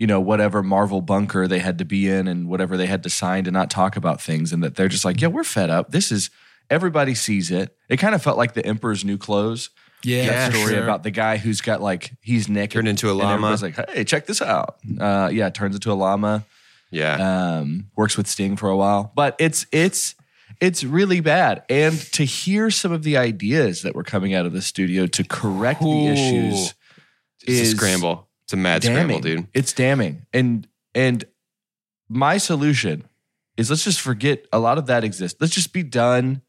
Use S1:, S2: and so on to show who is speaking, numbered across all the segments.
S1: you know, whatever Marvel bunker they had to be in and whatever they had to sign to not talk about things, and that they're just like, yeah, we're fed up. This is everybody sees it. It kind of felt like the Emperor's New Clothes
S2: Yeah,
S1: that story about the guy who's got like he's naked
S3: Turned into a
S1: and
S3: llama.
S1: everybody's like, hey, check this out. Uh, yeah, turns into a llama.
S3: Yeah.
S1: um, works with Sting for a while, but it's it's it's really bad. And to hear some of the ideas that were coming out of the studio to correct the
S3: Ooh.
S1: issues
S3: it's
S1: is
S3: a scramble. It's a mad
S1: damning.
S3: scramble, dude.
S1: It's damning. And and my solution is let's just forget a lot of that exists. Let's just be done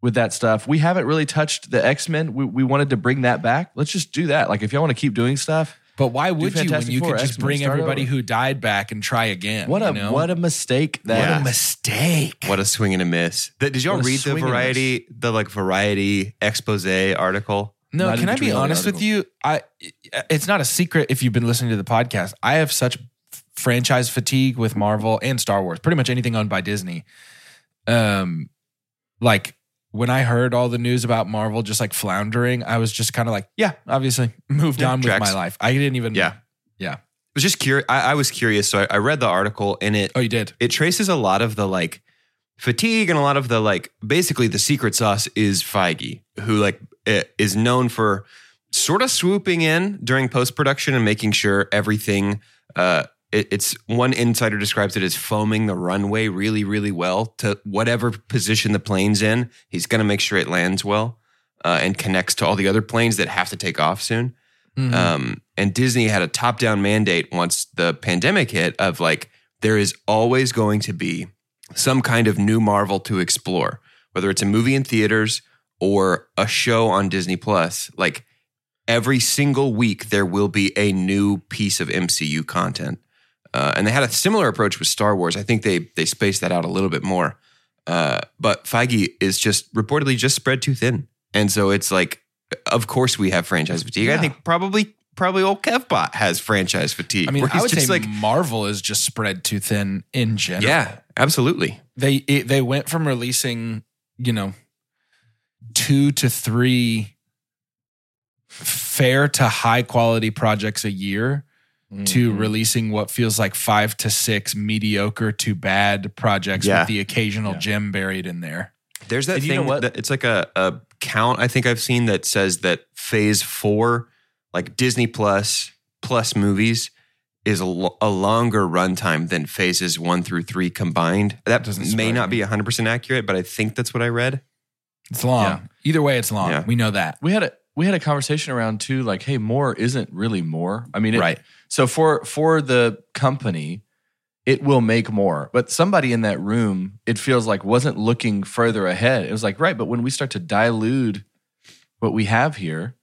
S1: with that stuff. We haven't really touched the X Men. We, we wanted to bring that back. Let's just do that. Like if y'all want to keep doing stuff,
S2: But why would you when
S1: Fantastic
S2: you
S1: Four,
S2: could just
S1: X-Men,
S2: bring
S1: start
S2: everybody
S1: over.
S2: who died back and try again?
S1: what
S2: you
S1: a
S2: know?
S1: what a mistake that
S3: What a
S2: mistake.
S3: What a swing and a miss. Th- did y'all
S1: What a
S3: read the
S1: swing and a
S3: variety, the like variety expose article?
S2: No,
S1: Not
S2: can I
S1: even
S2: be
S1: reading the
S2: honest with
S1: article.
S2: you? I it's not a secret if you've been listening to the podcast. I have such f- franchise fatigue with Marvel and Star Wars, pretty much anything owned by Disney. Um like when I heard all the news about Marvel just like floundering, I was just kind of like, yeah, obviously moved
S3: Yeah,
S2: on with
S3: tracks.
S2: my life. I didn't even
S3: Yeah.
S2: Yeah.
S3: I was just curious. I, I was curious. So I, I read the article and it
S2: Oh, you did.
S3: it traces a lot of the like fatigue and a lot of the like basically the secret sauce is Feige, who like i- is known for sort of swooping in during post production and making sure everything. Uh, it- it's one insider describes it as foaming the runway really, really well to whatever position the plane's in. He's going to make sure it lands well uh, and connects to all the other planes that have to take off soon.
S2: Mhm.
S3: Um, and Disney had a top down mandate once the pandemic hit of like, there is always going to be some kind of new Marvel to explore, whether it's a movie in theaters or a show on Disney Plus. Like, every single week, there will be a new piece of MCU content. Uh, and they had a similar approach with Star Wars. I think they they spaced that out a little bit more. Uh, but Feige is just reportedly just spread too thin, and so it's like, of course we have franchise fatigue. I
S2: Yeah.
S3: think probably probably old Kevbot has franchise fatigue.
S2: I mean,
S3: where
S2: I
S3: he's
S2: would
S3: just
S2: say Marvel is just spread too thin in general.
S3: yeah, absolutely.
S2: they it, they went from releasing you know two to three fair to high quality projects a year to releasing what feels like five to six mediocre to bad projects
S3: Yeah.
S2: with the occasional
S1: Yeah.
S2: gem buried in there.
S3: There's that
S1: And you
S3: thing.
S1: know what?
S3: That it's like a, a count I think I've seen that says that phase four, like Disney Plus plus movies, is a, lo- a longer runtime than phases one through three combined. That
S2: Doesn't
S3: may
S2: surprise
S3: not
S2: me.
S3: be 100% accurate, but I think that's what I read.
S2: It's long.
S1: Yeah.
S2: Either way, it's long.
S3: Yeah.
S2: We know that.
S1: we had a we had a conversation around too like hey more isn't really more i mean it,
S2: Right.
S1: so for for the company it will make more but somebody in that room it feels like wasn't looking further ahead it was like right but when we start to dilute what we have here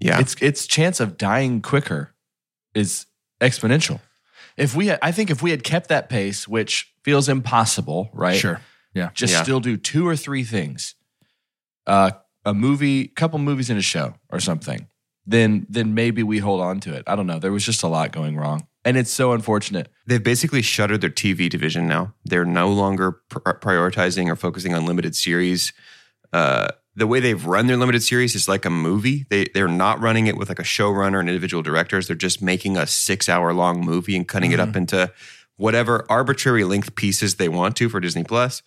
S3: Yeah.
S1: it's it's chance of dying quicker is exponential if we had, i think if we had kept that pace which feels impossible right
S2: Sure.
S1: just
S3: Yeah.
S1: still do two or three things uh, a movie couple movies in a show or something then then maybe we hold on to it i don't know there was just a lot going wrong and it's so unfortunate
S3: They've basically shuttered their TV division now. They're no longer pr- uh, prioritizing or focusing on limited series. Uh, the way they've run their limited series is like a movie. They they're not running it with like a showrunner and individual directors. They're just making a six hour long movie and cutting it up into whatever arbitrary length pieces they want to for Disney Plus.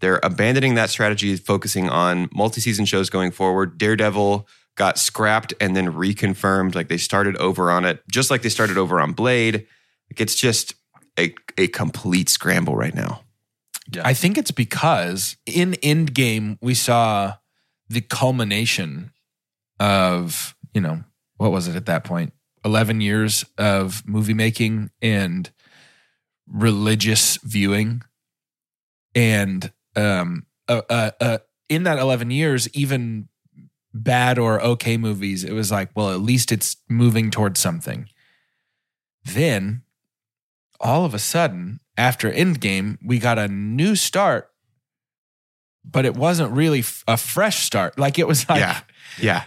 S3: They're abandoning that strategy, focusing on multi season shows going forward. Daredevil got scrapped and then reconfirmed. Like they started over on it, just like they started over on Blade. Like it's just a, a complete scramble right now.
S2: I think it's because in Endgame we saw the culmination of you know what was it at that point? Eleven years of movie making and religious viewing, and um, uh, uh, uh, in that eleven years, even bad or okay movies, it was like, well, at least it's moving towards something. Then all of a sudden, after Endgame, we got a new start, but it wasn't really f- a fresh start. Like it was like,
S3: Yeah. Yeah.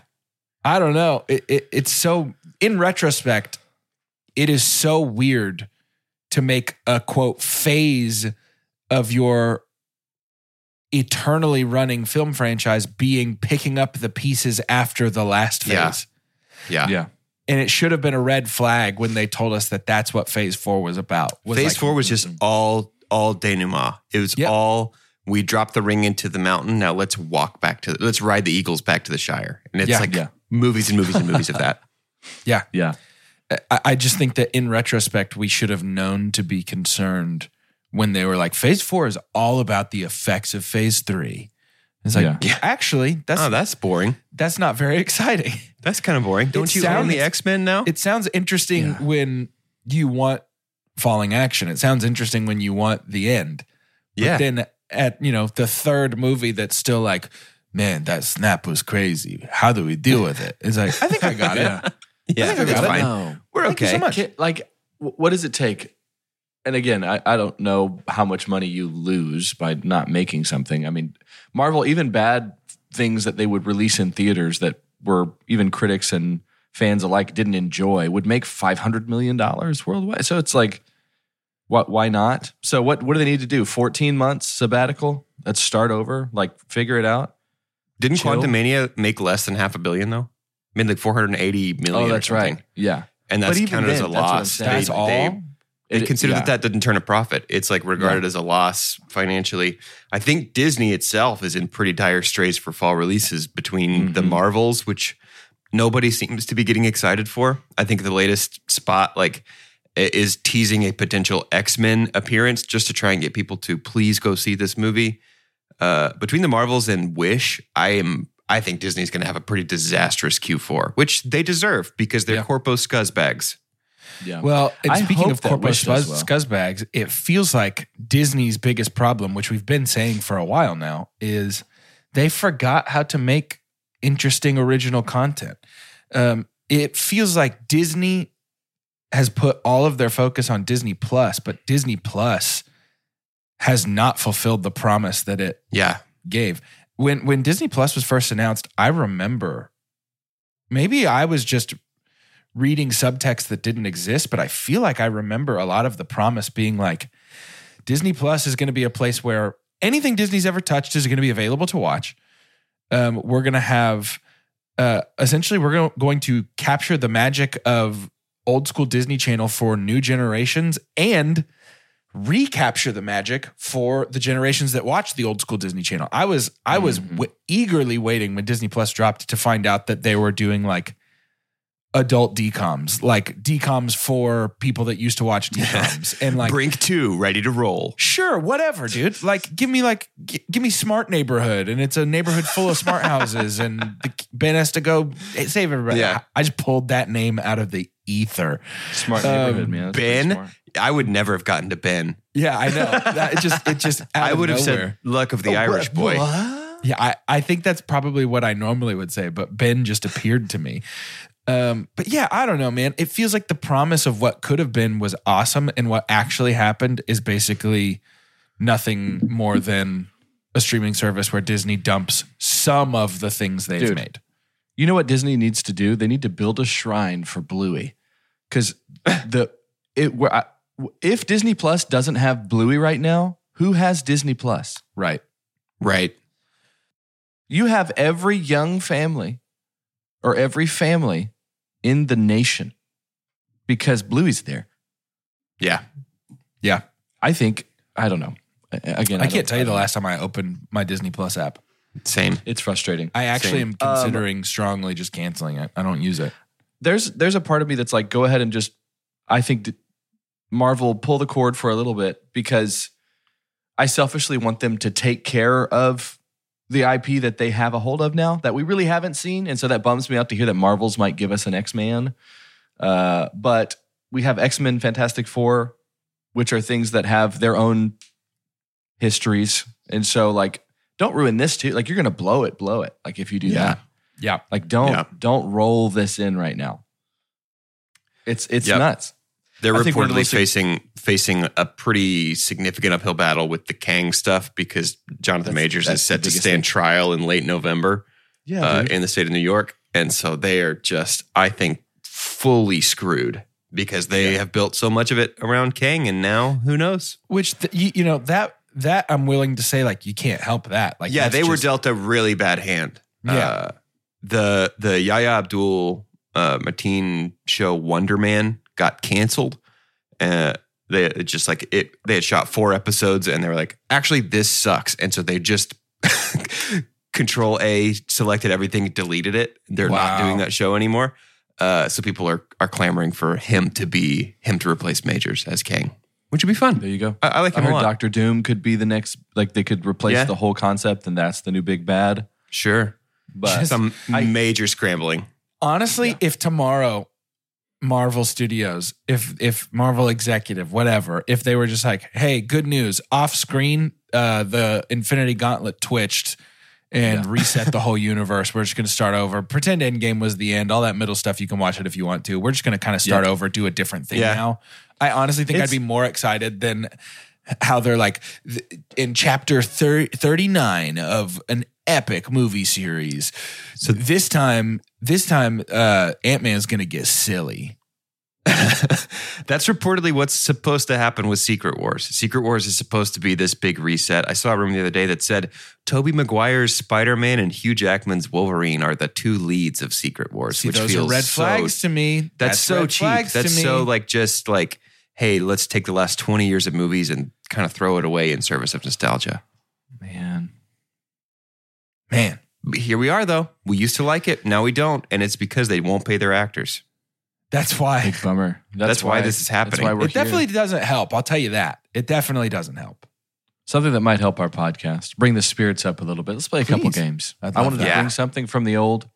S2: I don't know. It, it, it's so, in retrospect, it is so weird to make a quote phase of your eternally running film franchise being picking up the pieces after the last phase.
S3: Yeah. Yeah.
S1: yeah
S2: And it should have been a red flag when they told us that that's what phase four was about. was
S3: Phase
S2: like-
S3: four was
S1: Mm-hmm.
S3: just all all denouement. It was
S2: Yep.
S3: all we dropped the ring into the mountain. Now let's walk back to let's ride the Eagles back to the Shire. And it's
S2: Yeah,
S3: like
S1: yeah.
S3: movies and movies and movies of that.
S1: yeah
S2: I, I just think that in retrospect, we should have known to be concerned when they were like, phase four is all about the effects of phase three. It's like,
S1: Yeah.
S2: yeah, actually, that's
S3: Oh, that's boring.
S2: that's not very exciting.
S3: That's kind of boring. Don't you own
S2: sounds-
S3: the X Men now?
S2: It sounds interesting
S1: Yeah.
S2: when you want falling action. It sounds interesting when you want the end. But
S3: yeah.
S2: then at you know the third movie that's still like, man, that snap was crazy. How do we deal with it? It's like I think I got it.
S3: yeah.
S2: I think I
S3: It's
S2: got it.
S3: fine.
S1: No.
S3: We're
S2: Thank you
S3: okay.
S2: so much.
S1: Ca- like, wh- what does it take? And again, I, I don't know how much money you lose by not making something. I mean, Marvel, even bad things that they would release in theaters that were even critics and fans alike didn't enjoy would make $500 million worldwide. So it's like, what, why not? So what, what do they need to do? 14 months sabbatical? Let's start over, like figure it out.
S3: Didn't
S1: Chill.
S3: Quantumania make less than half a billion though? I mean, like 480 million.
S1: Oh,
S3: or
S1: that's
S3: something.
S1: right. Yeah.
S3: And that's
S1: But even
S3: counted as a
S1: then, that's what I'm
S3: loss.
S1: saying.
S2: That's all.
S3: They, they
S1: It-
S3: consider
S1: yeah.
S3: that that didn't turn a profit. It's like regarded as a loss financially. I think Disney itself is in pretty dire straits for fall releases between the
S1: Mhm.
S3: Marvels, which nobody seems to be getting excited for. I think the latest spot, like, i- is teasing a potential X Men appearance just to try and get people to please go see this movie. Uh, between the Marvels and Wish, I am I think Disney's going to have a pretty disastrous Q4, which they deserve because they're
S2: Yeah.
S3: corpo scuzzbags.
S1: Yeah.
S2: Well, and
S1: I
S2: speaking
S1: hope
S2: of
S1: that
S2: corporate
S1: Wish does
S2: scuzz-
S1: well.
S2: scuzzbags, it feels like Disney's biggest problem, which we've been saying for a while now, is they forgot how to make interesting original content. Um, it feels like Disney has put all of their focus on Disney Plus, but Disney Plus has not fulfilled the promise that it
S3: Yeah.
S2: gave. When when Disney Plus was first announced, I remember maybe I was just reading subtext that didn't exist, but I feel like I remember a lot of the promise being like Disney Plus is going to be a place where anything Disney's ever touched is going to be available to watch. Um, we're going to have uh, essentially we're go- going to capture the magic of old school Disney Channel for new generations and recapture the magic for the generations that watch the old school Disney Channel. I was I was w- eagerly waiting when Disney Plus dropped to find out that they were doing like adult DComs, like DComs for people that used to watch DComs, and like
S3: Brink 2, ready to roll.
S2: sure, whatever, dude. Like, give me like, g- give me smart neighborhood, and it's a neighborhood full of smart houses, and the, Ben has to go save everybody.
S3: Yeah.
S2: I just pulled that name out of the ether.
S1: smart
S2: um,
S1: neighborhood, man. That's pretty
S3: Ben?
S1: smart.
S3: I would never have gotten to Ben.
S2: Yeah, I know. That, it just, it just. Out
S3: I
S2: of
S3: would have
S2: nowhere.
S3: said luck of the
S1: Oh,
S3: Irish boy.
S2: Yeah, I, I think that's probably what I normally would say, but Ben just appeared to me. Um, but yeah, I don't know, man. It feels like the promise of what could have been was awesome, and what actually happened is basically nothing more than a streaming service where Disney dumps some of the things they've
S1: Dude.
S2: made.
S1: You know what Disney needs to do? They need to build a shrine for Bluey, because the it where I, if Disney Plus doesn't have Bluey right now, who has Disney Plus?
S2: Right.
S3: Right.
S1: You have every young family, or every family in the nation, because Bluey's there.
S3: Yeah.
S2: Yeah.
S1: I think I don't know. A- a- Again,
S2: I,
S1: don't-
S2: can't tell you the
S1: don't know.
S2: last time I opened my Disney Plus app.
S3: Same.
S1: It's frustrating.
S2: I actually
S3: Same.
S1: Um,
S2: am considering strongly just canceling it. I don't use it.
S1: there's there's a part of me that's like go ahead and just i think d- marvel pull the cord for a little bit because i selfishly want them to take care of the ip that they have a hold of now that we really haven't seen and so that bums me out to hear that marvels might give us an x-man uh, but we have x-men fantastic four which are things that have their own histories and so like don't ruin this too like you're gonna blow it blow it like if you do
S3: Yeah.
S1: that
S2: Yeah.
S1: like don't
S3: Yeah.
S1: don't roll this in right now. It's it's
S3: Yep.
S1: nuts.
S3: They're
S1: I think we're
S3: reportedly
S1: losing-
S3: facing facing a pretty significant uphill battle with the Kang stuff because Jonathan
S1: That's-
S3: Majors
S1: that's
S3: is set
S1: the
S3: to
S1: biggest
S3: stand
S1: thing.
S3: trial in late November
S1: Yeah.
S3: uh, in the state of New York, and so they are just, I think, fully screwed because they have built so much of it around Kang, and now who knows?
S2: Which th- you, you know that that I'm willing to say like you can't help that. Like
S3: yeah,
S2: that's
S3: they were
S2: just-
S3: dealt a really bad hand.
S2: Yeah.
S3: Uh, the the Yaya Abdul uh, Mateen show Wonder Man got canceled. Uh, they it just like it. They had shot four episodes, and they were like, actually, this sucks, and so they just. Control A selected everything, deleted it. They're not
S2: Wow.
S3: doing that show anymore. Uh, so people are are clamoring for him to be him to replace Majors as king, which would be fun.
S1: There you go.
S3: I, I like
S1: I
S3: him a
S1: heard
S3: lot.
S1: Doctor Doom could be the next, like they could replace
S3: Yeah.
S1: the whole concept, and that's the new big bad.
S3: Sure,
S1: But
S3: some major scrambling.
S2: Honestly, if tomorrow Marvel Studios, if if Marvel executive, whatever, if they were just like, "Hey, good news! Off screen, uh, the Infinity Gauntlet twitched and reset the whole universe. We're just going to start over. Pretend Endgame was the end. All that middle stuff you can watch it if you want to. We're just going to kind of start over, do a different thing
S3: Yeah.
S2: now." I honestly think I'd be more excited than how they're like th- in chapter thir- 39 of an epic movie series. So this time, this time, uh, Ant Man's gonna get silly.
S3: That's reportedly what's supposed to happen with Secret Wars. Secret Wars is supposed to be this big reset. I saw a room the other day that said Toby Maguire's Spider-Man and Hugh Jackman's Wolverine are the two leads of Secret Wars,
S2: See,
S3: which
S2: those are
S3: feels
S2: red
S3: so-
S2: flags to me.
S3: That's, so
S2: red
S3: cheap.
S2: flags to
S3: That's
S2: me.
S3: so like just like, hey, let's take the last 20 years of movies and kind of throw it away in service of nostalgia.
S1: man,
S2: man.
S3: But Here we are though. We used to like it, now we don't, and it's because they won't pay their actors.
S2: That's why
S1: big bummer. That's,
S3: That's why this is happening.
S1: That's why we're
S2: it definitely
S1: here.
S2: doesn't help. I'll tell you that. It definitely doesn't help.
S1: something that might help our podcast. Bring the spirits up a little bit. Let's play a couple
S2: Please.
S1: games.
S2: I'd
S1: I
S2: love
S1: wanted to
S3: that. Yeah.
S1: bring something from the old,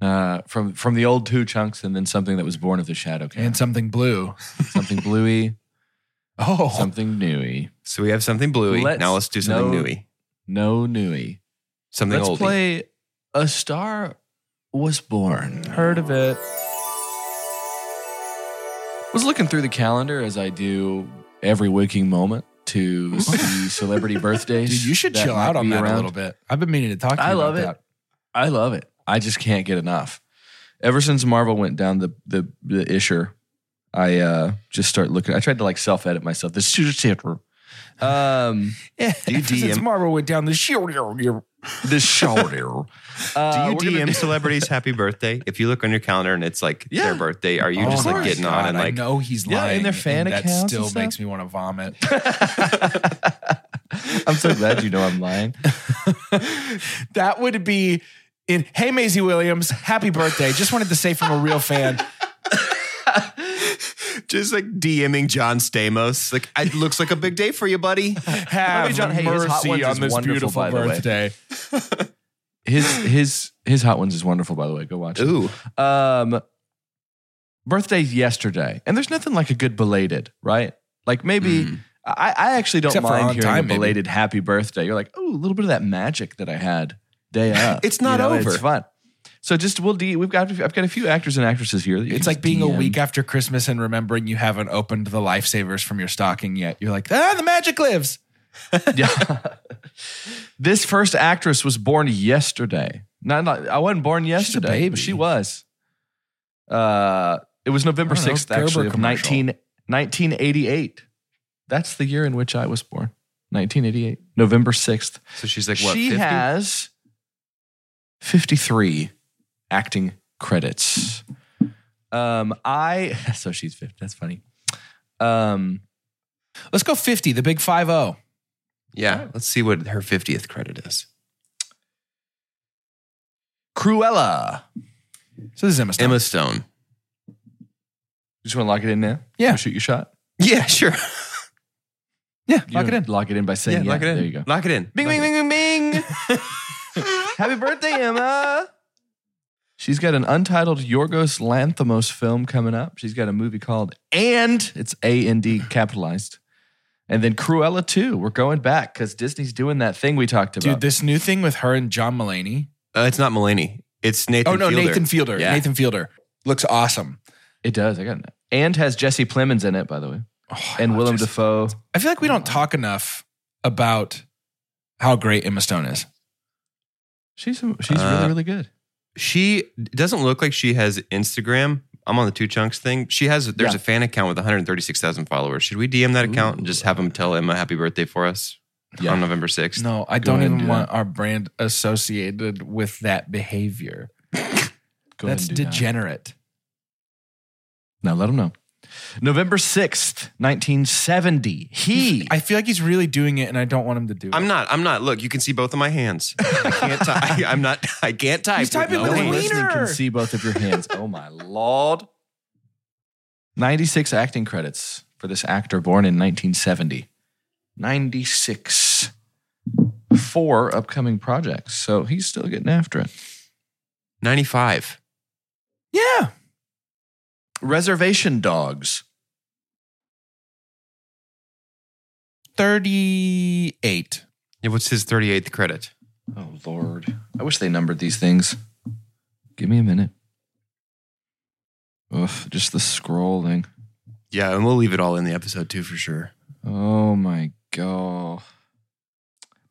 S1: uh, from from the old two chunks, and then something that was born of the shadow. Cast.
S2: And something blue.
S1: something bluey,
S2: Oh,
S1: something newy,
S3: So we have something bluey.
S1: Let's-
S3: now let's do something
S1: no.
S3: newy.
S1: no newy.
S3: Something
S1: Let's
S3: oldie.
S1: play a star was born.
S2: heard of it?
S1: was looking through the calendar as I do every waking moment to see celebrity birthdays.
S2: Dude, you should
S1: that
S2: chill
S1: might
S2: out on
S1: be
S2: that
S1: around.
S2: a little bit. I've been meaning to talk to you
S1: I
S2: about
S1: love it.
S2: that.
S1: I love it. I just can't get enough. Ever since Marvel went down the the, the Isher, I uh, just start looking. I tried to like self edit myself. This is theater. Um,
S3: Do you
S2: Since
S3: DM
S2: Marvel went down the shield,
S1: the shoulder.
S3: Do
S1: Uh,
S3: you
S1: we're gonna
S3: DM celebrities happy birthday? If you look on your calendar and it's like
S1: Yeah.
S3: their birthday, are you
S2: Oh
S3: just
S2: my
S3: like getting
S2: God,
S3: on and
S2: I
S3: like
S2: know he's
S1: Yeah, in
S2: lying.
S1: their fan
S2: and
S1: accounts
S2: That still
S1: and stuff.
S2: makes me want to vomit.
S1: I'm so glad you know I'm lying.
S2: that would be in. Hey, Maisie Williams, happy birthday! Just wanted to say from a real fan.
S3: just like DMing John Stamos? Like it looks like a big day for you, buddy.
S2: Have
S1: John, hey, his hot ones
S2: mercy
S1: is
S2: on this
S1: wonderful,
S2: beautiful
S1: by the way.
S2: birthday.
S1: His his his hot ones is wonderful. By the way, go watch. it.
S3: Ooh,
S1: Um, birthday's yesterday, and there's nothing like a good belated, right? Like maybe I, I actually don't
S2: Hmm. Except for
S1: mind
S2: on
S1: hearing
S2: time,
S1: a
S2: maybe.
S1: belated happy birthday. You're like, oh, a little bit of that magic that I had day up.
S3: It's not over.
S1: It's fun. So just we'll d we've got I've got a few actors and actresses here. that you
S2: It's
S1: can
S2: like being a
S1: DM.
S2: week after Christmas and remembering you haven't opened the lifesavers from your stocking yet. You're like, ah, the magic lives.
S1: Yeah. this first actress was born yesterday. Not, not I wasn't born yesterday.
S2: baby.
S1: But she was. Uh, it was November
S2: I don't know,
S1: sixth,
S2: Gerber
S1: actually, of 19,
S2: commercial.
S1: 1988. That's the year in which I was born. 1988, November sixth.
S3: so she's like what?
S1: she
S3: 50?
S1: has 53 acting credits. Um, I so she's 50. That's funny. Um,
S2: Let's go fifty. The big five zero.
S3: yeah. Let's see what her fiftieth credit is.
S1: Cruella.
S2: So this is Emma. Stone.
S3: Emma Stone.
S1: You just want to lock it in now?
S2: Yeah.
S1: Go shoot your shot.
S3: Yeah, sure.
S2: Yeah,
S1: You
S2: lock it
S1: don't
S2: in.
S1: Lock it in by saying
S3: Yeah,
S1: yeah.
S3: lock it in.
S1: There you go.
S3: Lock it in.
S1: Bing,
S3: Lock
S1: bing,
S3: it in.
S1: bing, bing, bing. Happy birthday, Emma. She's got an untitled Yorgos Lanthimos film coming up. She's got a movie called And. It's A N D capitalized. And then Cruella 2. We're going back because Disney's doing that thing we talked about.
S2: Dude, this new thing with her and John Mulaney.
S3: Uh, it's not Mulaney. It's Nathan.
S2: oh no,
S3: Fielder.
S2: Nathan Fielder.
S3: Yeah.
S2: Nathan Fielder looks awesome.
S1: it does. I got it. And has Jesse Plemons in it, by the way.
S2: Oh, I
S1: And
S2: love
S1: Willem
S2: Jesse
S1: Dafoe.
S2: I feel like we don't talk enough about how great Emma Stone is.
S1: She's, she's
S3: Uh,
S1: really, really good.
S3: She doesn't look like she has Instagram. I'm on the two chunks thing. She has. There's
S1: Yeah.
S3: a fan account with 136,000 followers. Should we DM that account and just have them tell Emma happy birthday for us
S1: Yeah.
S3: on November 6th?
S2: No, I
S1: Go
S2: don't
S1: ahead and
S2: even
S1: do
S2: want our brand associated with that behavior.
S1: Go
S2: That's
S1: ahead and do that.
S2: degenerate.
S1: Now let them know. November 6th, 1970. He.
S2: I feel like he's really doing it, and I don't want him to do it.
S3: I'm not. I'm not. Look, you can see both of my hands. I can't type. I'm not. I can't type.
S2: He's typing
S3: no
S2: with
S3: hands.
S2: wiener.
S1: listening can see both of your hands. Oh my lord. 96 acting credits for this actor born in 1970. 96. Four upcoming projects. So he's still getting after it.
S3: 95.
S2: yeah,
S1: Reservation Dogs.
S2: thirty-eight.
S3: Yeah, what's his 38th credit?
S1: Oh lord. I wish they numbered these things. Give me a minute. Ugh, just the scrolling.
S3: Yeah, and we'll leave it all in the episode too for sure.
S1: Oh my god.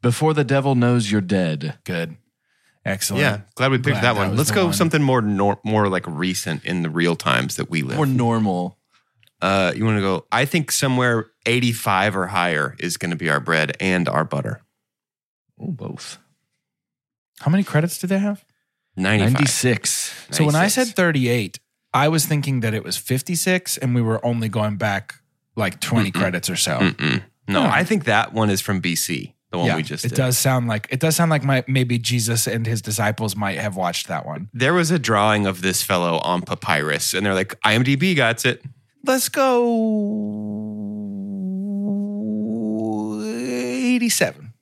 S1: Before the devil knows you're dead.
S2: Good, excellent.
S3: yeah, glad we
S2: glad
S3: picked that
S2: that
S3: one.
S2: was
S3: Let's
S2: the
S3: go
S2: one.
S3: something more nor- more like recent in the real times that we live.
S1: More normal.
S3: uh, you want to go? I think somewhere 85 or higher is going to be our bread and our butter.
S1: Oh, both.
S2: How many credits did they have?
S3: 95.
S1: 96.
S2: So when I said
S3: 96.
S2: thirty-eight, I was thinking that it was fifty-six, and we were only going back like 20 credits or so.
S3: Mm-mm. no,
S2: Oh.
S3: I think that one is from BC. The one
S2: yeah,
S3: we just
S2: it
S3: did.
S2: does sound like it does sound like my maybe Jesus and his disciples might have watched that one.
S3: There was a drawing of this fellow on papyrus, and they're like, "IMDb got it."
S2: Let's go eighty-seven.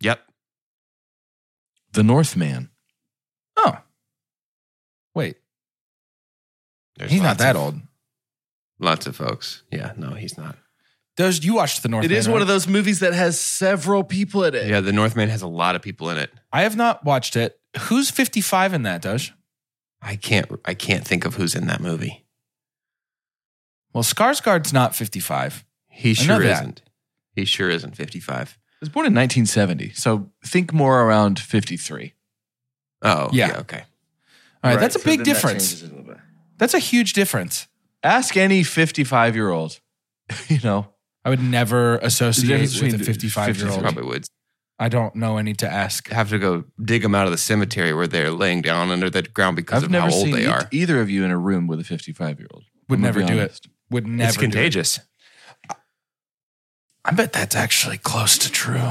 S3: Yep.
S1: The Northman.
S2: Oh, wait,
S3: There's
S2: he's not
S3: lots
S2: that
S3: of-
S2: old.
S3: Lots of folks. Yeah, no, he's not.
S2: Does you watched the North?
S1: It is one of those movies that has several people
S2: Eh.
S1: in it.
S3: Yeah, the Northman has a lot of people in it.
S2: I have not watched it. Who's fifty-five in that? Does
S3: I can't. I can't think of who's in that movie.
S2: well, Skarsgård's not fifty-five.
S3: He
S2: I know
S3: sure
S2: that.
S3: isn't. He sure isn't 55.
S1: It was born in 1970, so think more around 53.
S3: Oh,
S2: Yeah.
S3: yeah. okay.
S2: All right, that's a
S1: so then
S2: big
S1: that
S2: difference.
S1: changes it a little bit.
S2: that's a huge difference.
S1: Ask any 55 year old, you know,
S2: I would never associate
S1: difference
S2: with a
S1: between
S2: 55 year
S3: He
S2: old.
S1: 55
S3: probably would
S2: I don't know any to ask.
S3: have to go dig them out of the cemetery where they're laying down under the ground because
S1: I've
S3: of how
S1: never
S3: old
S1: seen
S3: they
S1: e-
S3: are.
S1: either of you in a room with a 55 year old.
S2: Would never do it. Would never.
S3: It's
S2: do it.
S3: contagious.
S2: I bet that's actually close to true.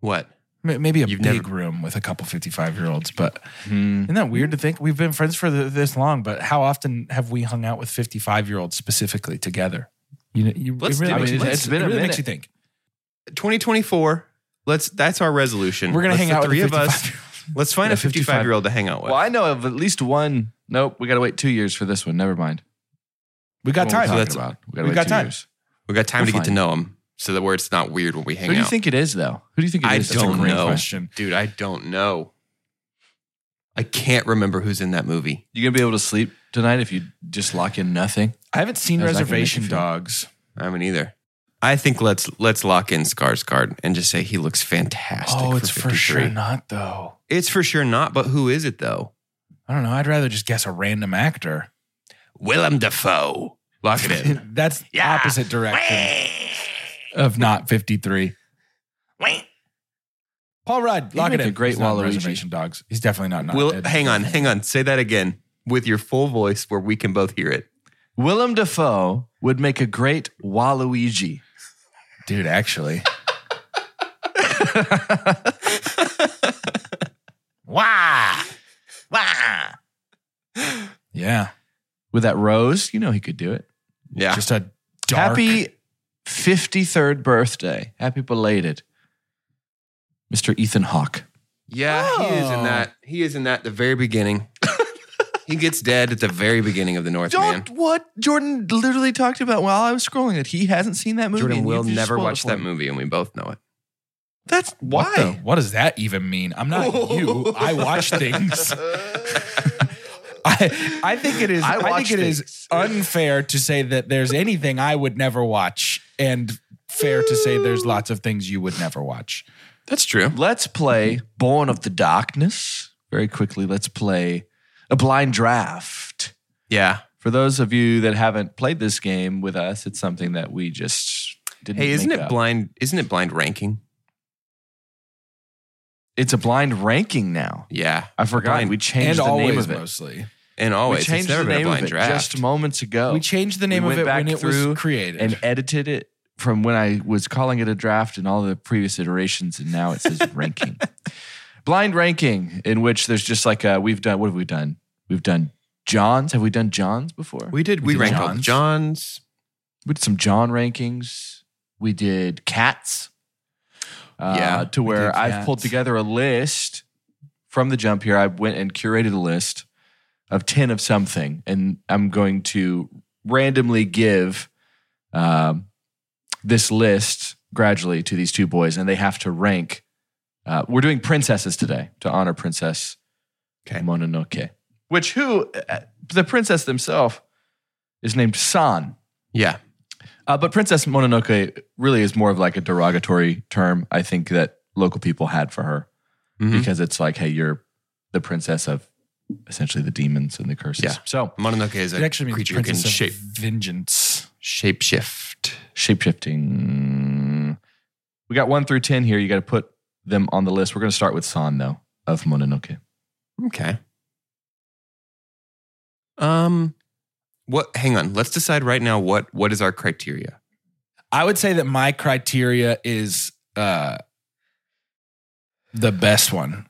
S3: What?
S2: M- Maybe a
S3: You've
S2: big
S3: never-
S2: room with a couple 55 year olds, but
S1: Hmm.
S2: isn't that weird to think we've been friends for th this long? But how often have we hung out with 55 year olds specifically together? You know, you,
S3: Let's
S2: it really,
S3: do it.
S2: makes you
S3: I mean,
S2: think.
S1: it's been
S2: it
S1: a
S2: really makes
S1: minute.
S2: you think.
S3: 2024. Let's. That's our resolution.
S2: We're gonna
S3: Let's
S2: hang
S3: the
S2: out with
S3: three
S2: a
S3: of us.
S2: 55
S3: Let's find
S1: Yeah,
S3: a 55 year old to hang out with.
S1: Well, I know of at least one. Nope, we got to wait two years for this one. Never mind.
S2: We
S1: What
S2: got
S1: we're
S2: time.
S3: so
S1: talking
S3: that's-
S1: about. We gotta
S2: we've
S1: wait
S2: got
S1: two
S2: time.
S1: years.
S3: We got time
S1: We're
S3: to get to
S1: fine.
S3: know him, so that where it's not weird when we hang
S1: Who do you
S3: out.
S1: think it is, though? Who do you think it
S3: I
S1: is? That's a
S3: don't
S1: great
S3: know.
S1: question.
S2: question.
S3: Dude, I don't know. I can't remember who's in that movie.
S1: You gonna be able to sleep tonight if you just lock in nothing?
S2: I haven't seen
S1: How's that gonna make you
S2: Reservation
S1: feel?
S2: Dogs.
S3: I haven't either. I think let's let's lock in Skarsgård and just say he looks fantastic.
S2: Oh, it's for
S3: 53.
S2: sure not though.
S3: It's for sure not. But who is it though?
S2: I don't know. I'd rather just guess a random actor.
S3: Willem Dafoe. Lock it in.
S2: That's
S3: Yeah.
S2: opposite direction of not 53. Paul Rudd,
S1: He'd
S2: lock it
S1: make
S2: in.
S1: a great
S2: He's not in
S1: Waluigi.
S2: Reservation Dogs. He's definitely not. not
S3: Will,
S2: dead.
S3: hang on, hang on. Say that again with your full voice, where we can both hear it.
S1: Willem Dafoe would make a great Waluigi.
S2: dude. Actually,
S3: Wow.
S2: yeah,
S1: With that rose, you know he could do it.
S3: Yeah.
S2: just a dark.
S1: Happy 53rd birthday. Happy belated. Mr. Ethan Hawke.
S3: Yeah, he is in
S2: Oh.
S3: that. He is in that at the very beginning. he gets dead at the very beginning of the Northman.
S1: what Jordan literally talked about while I was scrolling that he hasn't seen that movie.
S3: Jordan
S1: and you
S3: will
S1: just
S3: never
S1: spoiled it
S3: watch
S1: for
S3: that
S1: him.
S3: movie, and we both know it.
S1: That's why.
S2: What, the- what does that even mean? I'm not you. I watch things. I, I think it is.
S1: I
S2: I,
S1: watch
S2: think it is
S1: things.
S2: unfair to say that there's anything I would never watch, and fair to say
S1: Mm.
S2: there's lots of things you would never watch.
S3: That's true.
S1: Let's play Born of the Darkness. Very quickly, let's play A Blind Draft.
S3: Yeah.
S1: For those of you that haven't played this game with us, it's something that we just didn't.
S3: Hey, isn't
S1: make
S3: it
S1: up.
S3: blind? Isn't it blind ranking?
S1: It's a blind ranking now.
S3: Yeah.
S1: I forgot
S3: Blind-
S1: we changed
S2: and
S1: the
S2: always
S1: name of it.
S2: mostly.
S3: and
S1: We
S3: always.
S1: changed
S3: Oh, it's never
S1: the
S3: been
S1: name
S3: a
S1: of
S3: blind
S1: it
S3: draft.
S1: just moments ago.
S2: We changed the name
S1: Oh. went
S2: of it
S1: back
S2: when it
S1: through
S2: was created.
S1: and edited it from when I was calling it a draft and all the previous iterations, and now it says ranking. Blind ranking, in which there's just like a, we've done, what have we done? We've done Johns. Have we done Johns before?
S3: we did. We,
S2: did
S3: ranked all the
S2: Johns.
S3: Johns.
S1: we did some John rankings. We did cats. Uh,
S3: Yeah,
S1: to
S2: we
S1: where
S2: did
S1: I've pulled
S2: cats.
S1: together a list from the jump here. I went and curated a list of ten of something, and I'm going to randomly give um, this list gradually to these two boys, and they have to rank. Uh, we're doing princesses today to honor Princess
S3: Okay.
S1: Mononoke, which who uh, the princess themselves is named San.
S3: Yeah.
S1: Uh, but Princess Mononoke really is more of like a derogatory term, I think, that local people had for her
S3: Mhm.
S1: because it's like, hey, you're the princess of essentially the demons and the curses.
S3: Yeah.
S1: So
S3: Mononoke is
S2: it
S3: a
S2: actually means
S3: creature who can
S2: Princess of
S3: shape
S2: Vengeance.
S3: shapeshift.
S1: shapeshifting. We got one through 10 here. You got to put them on the list. We're going to start with San, though, of Mononoke.
S3: Okay. Um, what? Hang on. Let's decide right now. What? What is our criteria?
S2: I would say that my criteria is uh, the best one.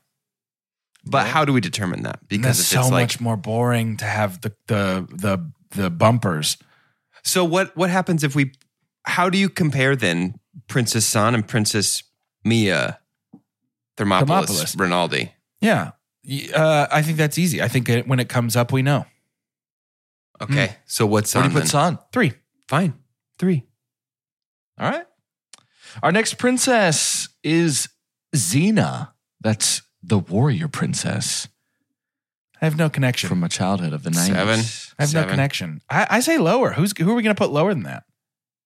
S3: But how do we determine that?
S2: Because
S3: Because
S2: that's
S3: if
S2: so
S3: it's like,
S2: much more boring to have the the the the bumpers.
S3: so what? What happens if we? How do you compare then Princess San and Princess Mia Thermopolis,
S2: Thermopolis.
S3: Rinaldi?
S2: Yeah, Y- uh, I think that's easy. I think it, when it comes up, we know
S3: Okay. So what's
S1: Where do
S3: on?
S1: you put
S3: then?
S1: San?
S2: three.
S3: Fine. Three.
S1: All right. Our next princess is Xena. That's the warrior princess
S2: I have no connection.
S1: from my childhood of the 90s.
S3: Seven.
S2: I have
S3: Seven.
S2: no connection. I, I say lower. Who's who are we going to put lower than that?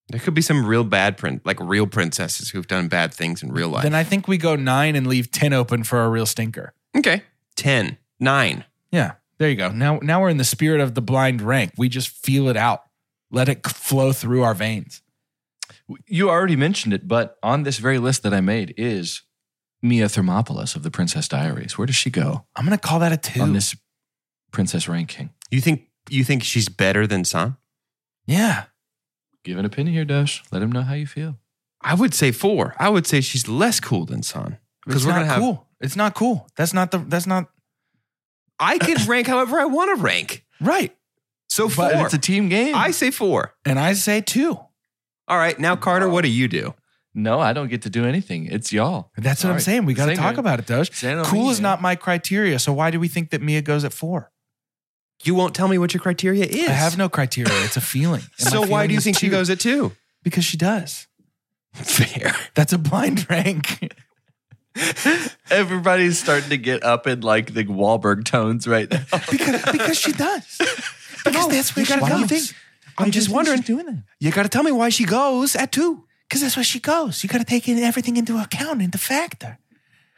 S3: There could be some real bad print, like real princesses who've done bad things in real life.
S2: Then I think we go nine and leave ten open for a real stinker.
S3: okay. Ten. Nine.
S2: Yeah, there you go. Now now we're in the spirit of the blind rank. We just feel it out. Let it flow through our veins.
S1: You already mentioned it, but on this very list that I made is Mia Thermopolis of the Princess Diaries. Where does she go
S2: I'm going to call that a two.
S1: on this princess ranking?
S3: You think you think she's better than San?
S2: Yeah.
S1: Give an opinion here, Dash. Let him know how you feel.
S3: I would say four. I would say she's less cool than San. Because
S2: It's
S3: we're
S2: not
S3: gonna have
S2: cool. It's not cool. That's not the. That's not
S3: I could rank however I want to rank.
S2: right.
S3: So four.
S1: But it's a team game.
S3: I say four.
S2: And I say two.
S3: All right. Now Carter, what do you do?
S1: no, I don't get to do anything. It's y'all.
S2: That's what
S1: All
S2: I'm
S1: right.
S2: saying. We got to
S1: Same
S2: talk
S1: here.
S2: about it, Doge.
S1: Same on
S2: Cool
S1: me,
S2: is
S1: man.
S2: not my criteria. So why do we think that Mia goes at four?
S3: You won't tell me what your criteria is.
S2: I have no criteria. It's a feeling. And my
S3: So why
S2: feeling
S3: do you
S2: is
S3: think she
S2: two.
S3: goes at two?
S2: Because she does.
S3: Fair.
S2: That's a blind rank.
S1: Everybody's starting to get up in like the Wahlberg tones right now.
S2: because, because she does. Because that's where
S3: you
S2: she
S3: gotta
S2: goes.
S3: tell me. I'm just wondering. Doing that. You got to tell me why she goes at two.
S2: Because that's where she goes. You got to take in everything into account, into factor.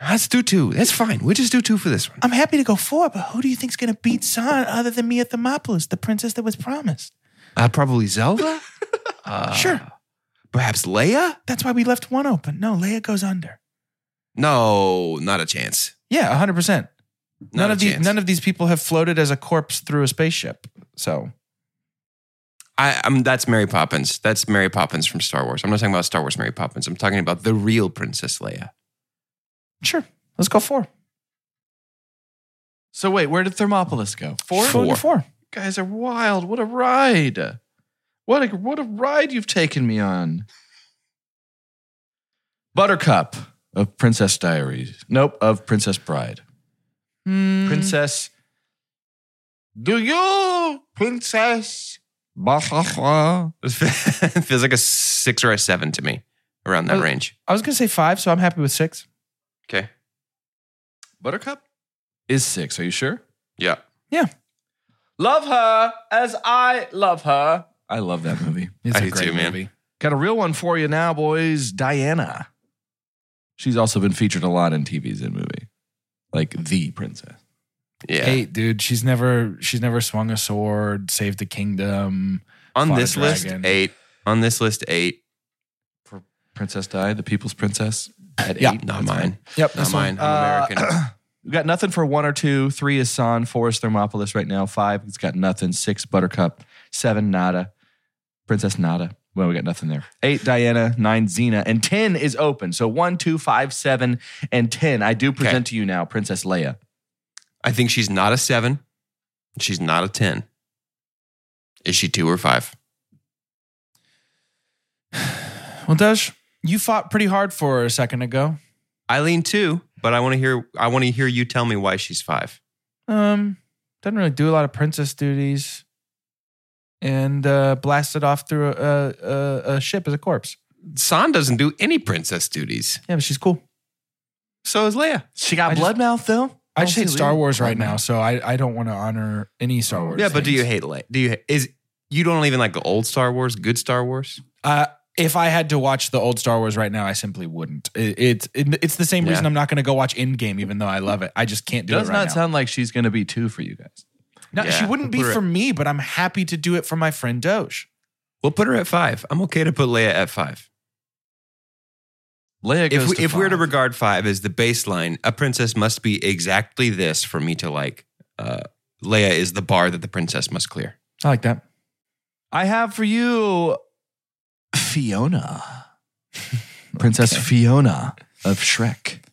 S3: Let's do two. That's fine. We'll just do two for this one.
S2: I'm happy to go four, but who do you think's going to beat San other than Mia Thermopolis, the princess that was promised?
S3: Uh, probably Zelda. Uh,
S2: sure.
S3: Perhaps Leia.
S2: That's why we left one open. No, Leia goes under.
S3: No, not a chance.
S2: Yeah, 100%.
S3: Not
S2: None
S3: a
S2: of, these,
S3: chance.
S2: none of these people have floated as a corpse through a spaceship. So
S3: I, I'm. That's Mary Poppins. That's Mary Poppins from Star Wars. I'm not talking about Star Wars Mary Poppins. I'm talking about the real Princess Leia.
S2: sure, let's go four.
S1: So wait, where did Thermopolis go? Four.
S2: Let's go into
S3: Four.
S2: four.
S1: You guys are wild. What a ride. What a what a ride you've taken me on. Buttercup of Princess Diaries. Nope, of Princess Bride.
S2: Hmm.
S1: Princess. Do you Princess? Blah-blah-blah.
S3: It feels like a six or a seven to me, around that
S2: Oh.
S3: range.
S2: I was going to say five, so I'm happy with six.
S3: Okay.
S1: Buttercup is six. Are you sure?
S3: Yeah.
S1: Love her as I love her. I love that movie.
S2: It's
S3: I
S2: a
S3: do too, man.
S1: Got a real one for you now, boys. Diana. She's also been featured a lot in TVs and movie, like the princess.
S3: Yeah.
S2: Eight, dude. She's never she's never swung a sword, saved the kingdom.
S3: On
S2: Fought a
S3: this list,
S2: dragon.
S3: eight. On this list, eight.
S1: Princess Di, the people's princess. At
S2: Yeah.
S1: eight,
S3: Not
S1: That's
S3: mine.
S1: fine. uh,
S2: Yep,
S3: Not mine. I'm American.
S1: We got nothing for one or two. Three is San. Four is Thermopolis right now. Five, it's got nothing. Six, Buttercup. Seven, Nada. Princess Nada. Well, we got nothing there. Eight, Diana. Nine, Xena. And 10 is open. So one, two, five, seven, and 10. I do present to you now Princess Leia.
S3: I think she's not a seven. She's not a 10. Is she two or five?
S2: Well, Dosh, you fought pretty hard for her a second ago.
S3: I lean two, but I want to hear I want to hear you tell me why she's five.
S2: Um, doesn't really do a lot of princess duties, and uh, blasted off through a, a, a ship as a corpse.
S3: San doesn't do any princess duties.
S2: Yeah, but she's cool.
S3: So is Leia.
S1: She got
S2: I just-
S1: Bloodmouth, though.
S2: I just hate
S1: see
S2: Star
S1: Leia.
S2: Wars right
S1: Bloodmouth.
S2: now, so I, I don't want to honor any Star Wars.
S3: Yeah, but do
S2: things.
S3: you hate Leia? Do you is you don't even like the old Star Wars, good Star Wars?
S2: Uh, if I had to watch the old Star Wars right now, I simply wouldn't. It- it's it, it's the same
S3: Yeah.
S2: reason I'm not going to go watch Endgame, even though I love it. I just can't do
S1: Does
S2: it right
S1: not
S2: now.
S1: sound like she's going to be two for you guys.
S2: no, she
S3: Yeah.
S2: wouldn't be
S3: We're-
S2: for me, but I'm happy to do it for my friend Doge.
S3: We'll put her at five. I'm okay to put Leia at five.
S1: Leia goes
S3: If, we,
S1: to
S3: if we're to
S1: five.
S3: regard five as the baseline, a princess must be exactly this for me to like. Uh, Leia is the bar that the princess must clear.
S2: I like that.
S1: I have for you Fiona. Princess Fiona of Shrek.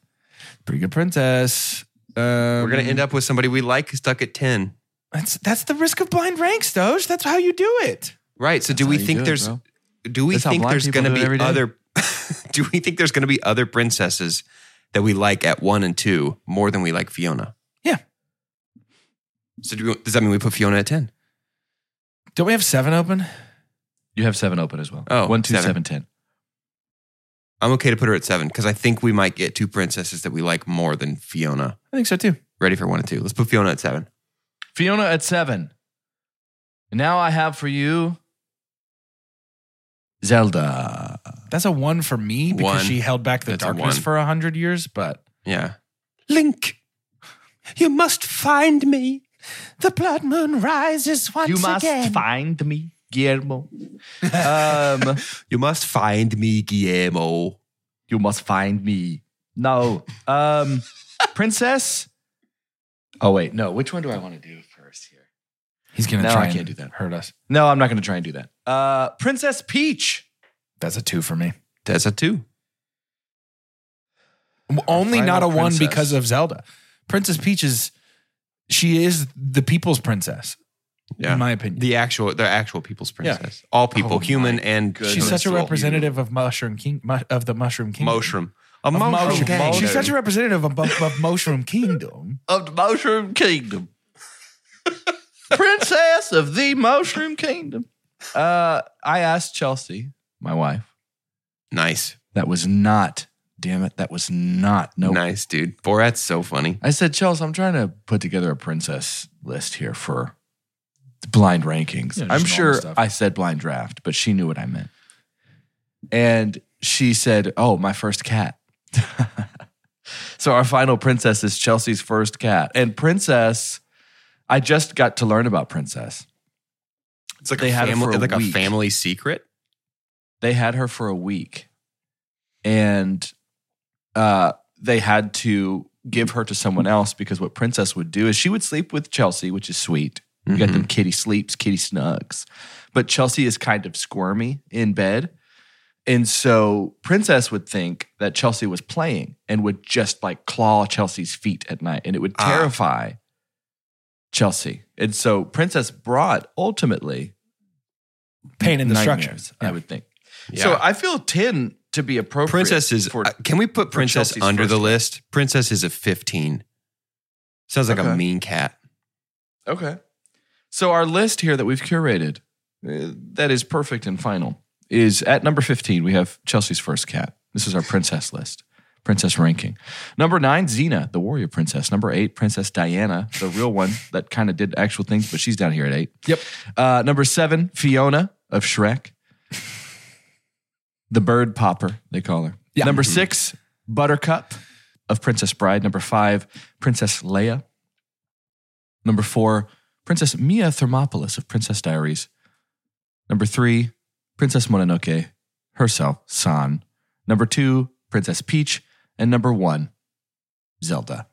S2: Pretty good princess. Um, We're
S3: We're gonna
S1: Mm-hmm.
S3: end up with somebody we like stuck at ten,
S2: That's that's the risk of blind ranks, Doge. That's how you do it.
S3: right? So do
S1: That's
S3: we
S1: how you
S3: think
S1: do it,
S3: there's
S1: bro.
S3: do we
S1: That's how
S3: think
S1: blind
S3: there's
S1: people
S3: gonna
S1: do it every
S3: be
S1: day.
S3: other do we think there's gonna be other princesses that we like at one and two more than we like Fiona?
S2: Yeah.
S3: So do we, does that mean we put Fiona at ten?
S2: Don't we have seven open?
S1: You have seven open as well.
S3: Oh,
S1: one, two,
S3: seven.
S1: seven, ten.
S3: I'm okay to put her at seven because I think we might get two princesses that we like more than Fiona.
S2: I think so too.
S3: Ready for one and two? Let's put Fiona at seven.
S1: Fiona at seven. And now I have for you Zelda.
S2: That's a one for me because
S3: One.
S2: she held back the
S3: That's a
S2: darkness
S3: one.
S2: for a hundred years. But
S3: Yeah. Link, you must find me.
S2: the blood moon rises once
S1: you must find me, Guillermo. um,
S3: You must find me, Guillermo.
S1: you must find me. No. Um, princess. Oh, wait. No. Which one do I want to do first here?
S2: He's gonna
S1: No,
S2: try
S1: I
S2: and
S1: can't do that.
S2: Hurt us.
S1: No, I'm not going to try and do that. Uh, Princess Peach.
S2: That's a two for me.
S3: That's a two.
S2: Only
S1: final
S2: not a one
S1: princess.
S2: because of Zelda. Princess Peach is she is the people's princess, in my opinion.
S3: The actual, the actual people's
S2: Yeah.
S3: princess. All people,
S1: Oh my
S3: human and
S2: She's such a
S3: toadstool.
S2: representative of Mushroom King mu- of the Mushroom Kingdom.
S3: Mushroom. A
S2: Of
S3: mushroom.
S2: Mushroom-
S3: gang.
S2: She's such a representative of, of, of Mushroom Kingdom.
S1: Of the Mushroom Kingdom. Princess of the Mushroom Kingdom. Uh, I asked Chelsea, my wife.
S3: nice,
S1: That was not, damn it, that was not. No.
S3: nice, dude. Borat's so funny.
S1: I said, Chelsea, I'm trying to put together a princess list here for the blind rankings.
S2: Yeah, just
S1: I'm
S2: normal
S1: sure
S2: stuff.
S1: I said blind draft, but she knew what I meant. And she said, Oh, my first cat. so our final princess is Chelsea's first cat. And princess, I just got to learn about princess.
S3: It's like
S1: They
S3: a
S1: had it
S3: family,
S1: for a
S3: like a
S1: week.
S3: family secret.
S1: they had her for a week and uh, they had to give her to someone else because what princess would do is she would sleep with chelsea which is sweet you
S3: Mm-hmm.
S1: got them kitty sleeps kitty snugs but chelsea is kind of squirmy in bed and so princess would think that chelsea was playing and would just like claw chelsea's feet at night and it would
S3: Ah.
S1: terrify chelsea and so princess brought ultimately
S2: Pain and destruction.
S1: nightmares,
S2: Yeah.
S1: i would think
S3: Yeah.
S1: so I feel 10 to be appropriate.
S3: princess is.
S1: for-
S3: uh, can we put
S1: for
S3: princess
S1: Chelsea's
S3: under
S1: first
S3: the
S1: cat.
S3: list? Princess is a fifteen. Sounds like a
S1: Okay.
S3: mean cat.
S1: okay. So our list here that we've curated, uh, that is perfect and final, is at number 15, we have Chelsea's first cat. This is our princess list, princess ranking. Number nine, Xena, the warrior princess. Number eight, Princess Diana, the real one that kind of did actual things, but she's down here at eight.
S2: Yep.
S1: Uh, number seven, Fiona of Shrek. The bird popper, they call her.
S2: Yeah.
S1: Number six, Buttercup of Princess Bride. Number five, Princess Leia. Number four, Princess Mia Thermopolis of Princess Diaries. Number three, Princess Mononoke herself, San. Number two, Princess Peach. And number one, Zelda.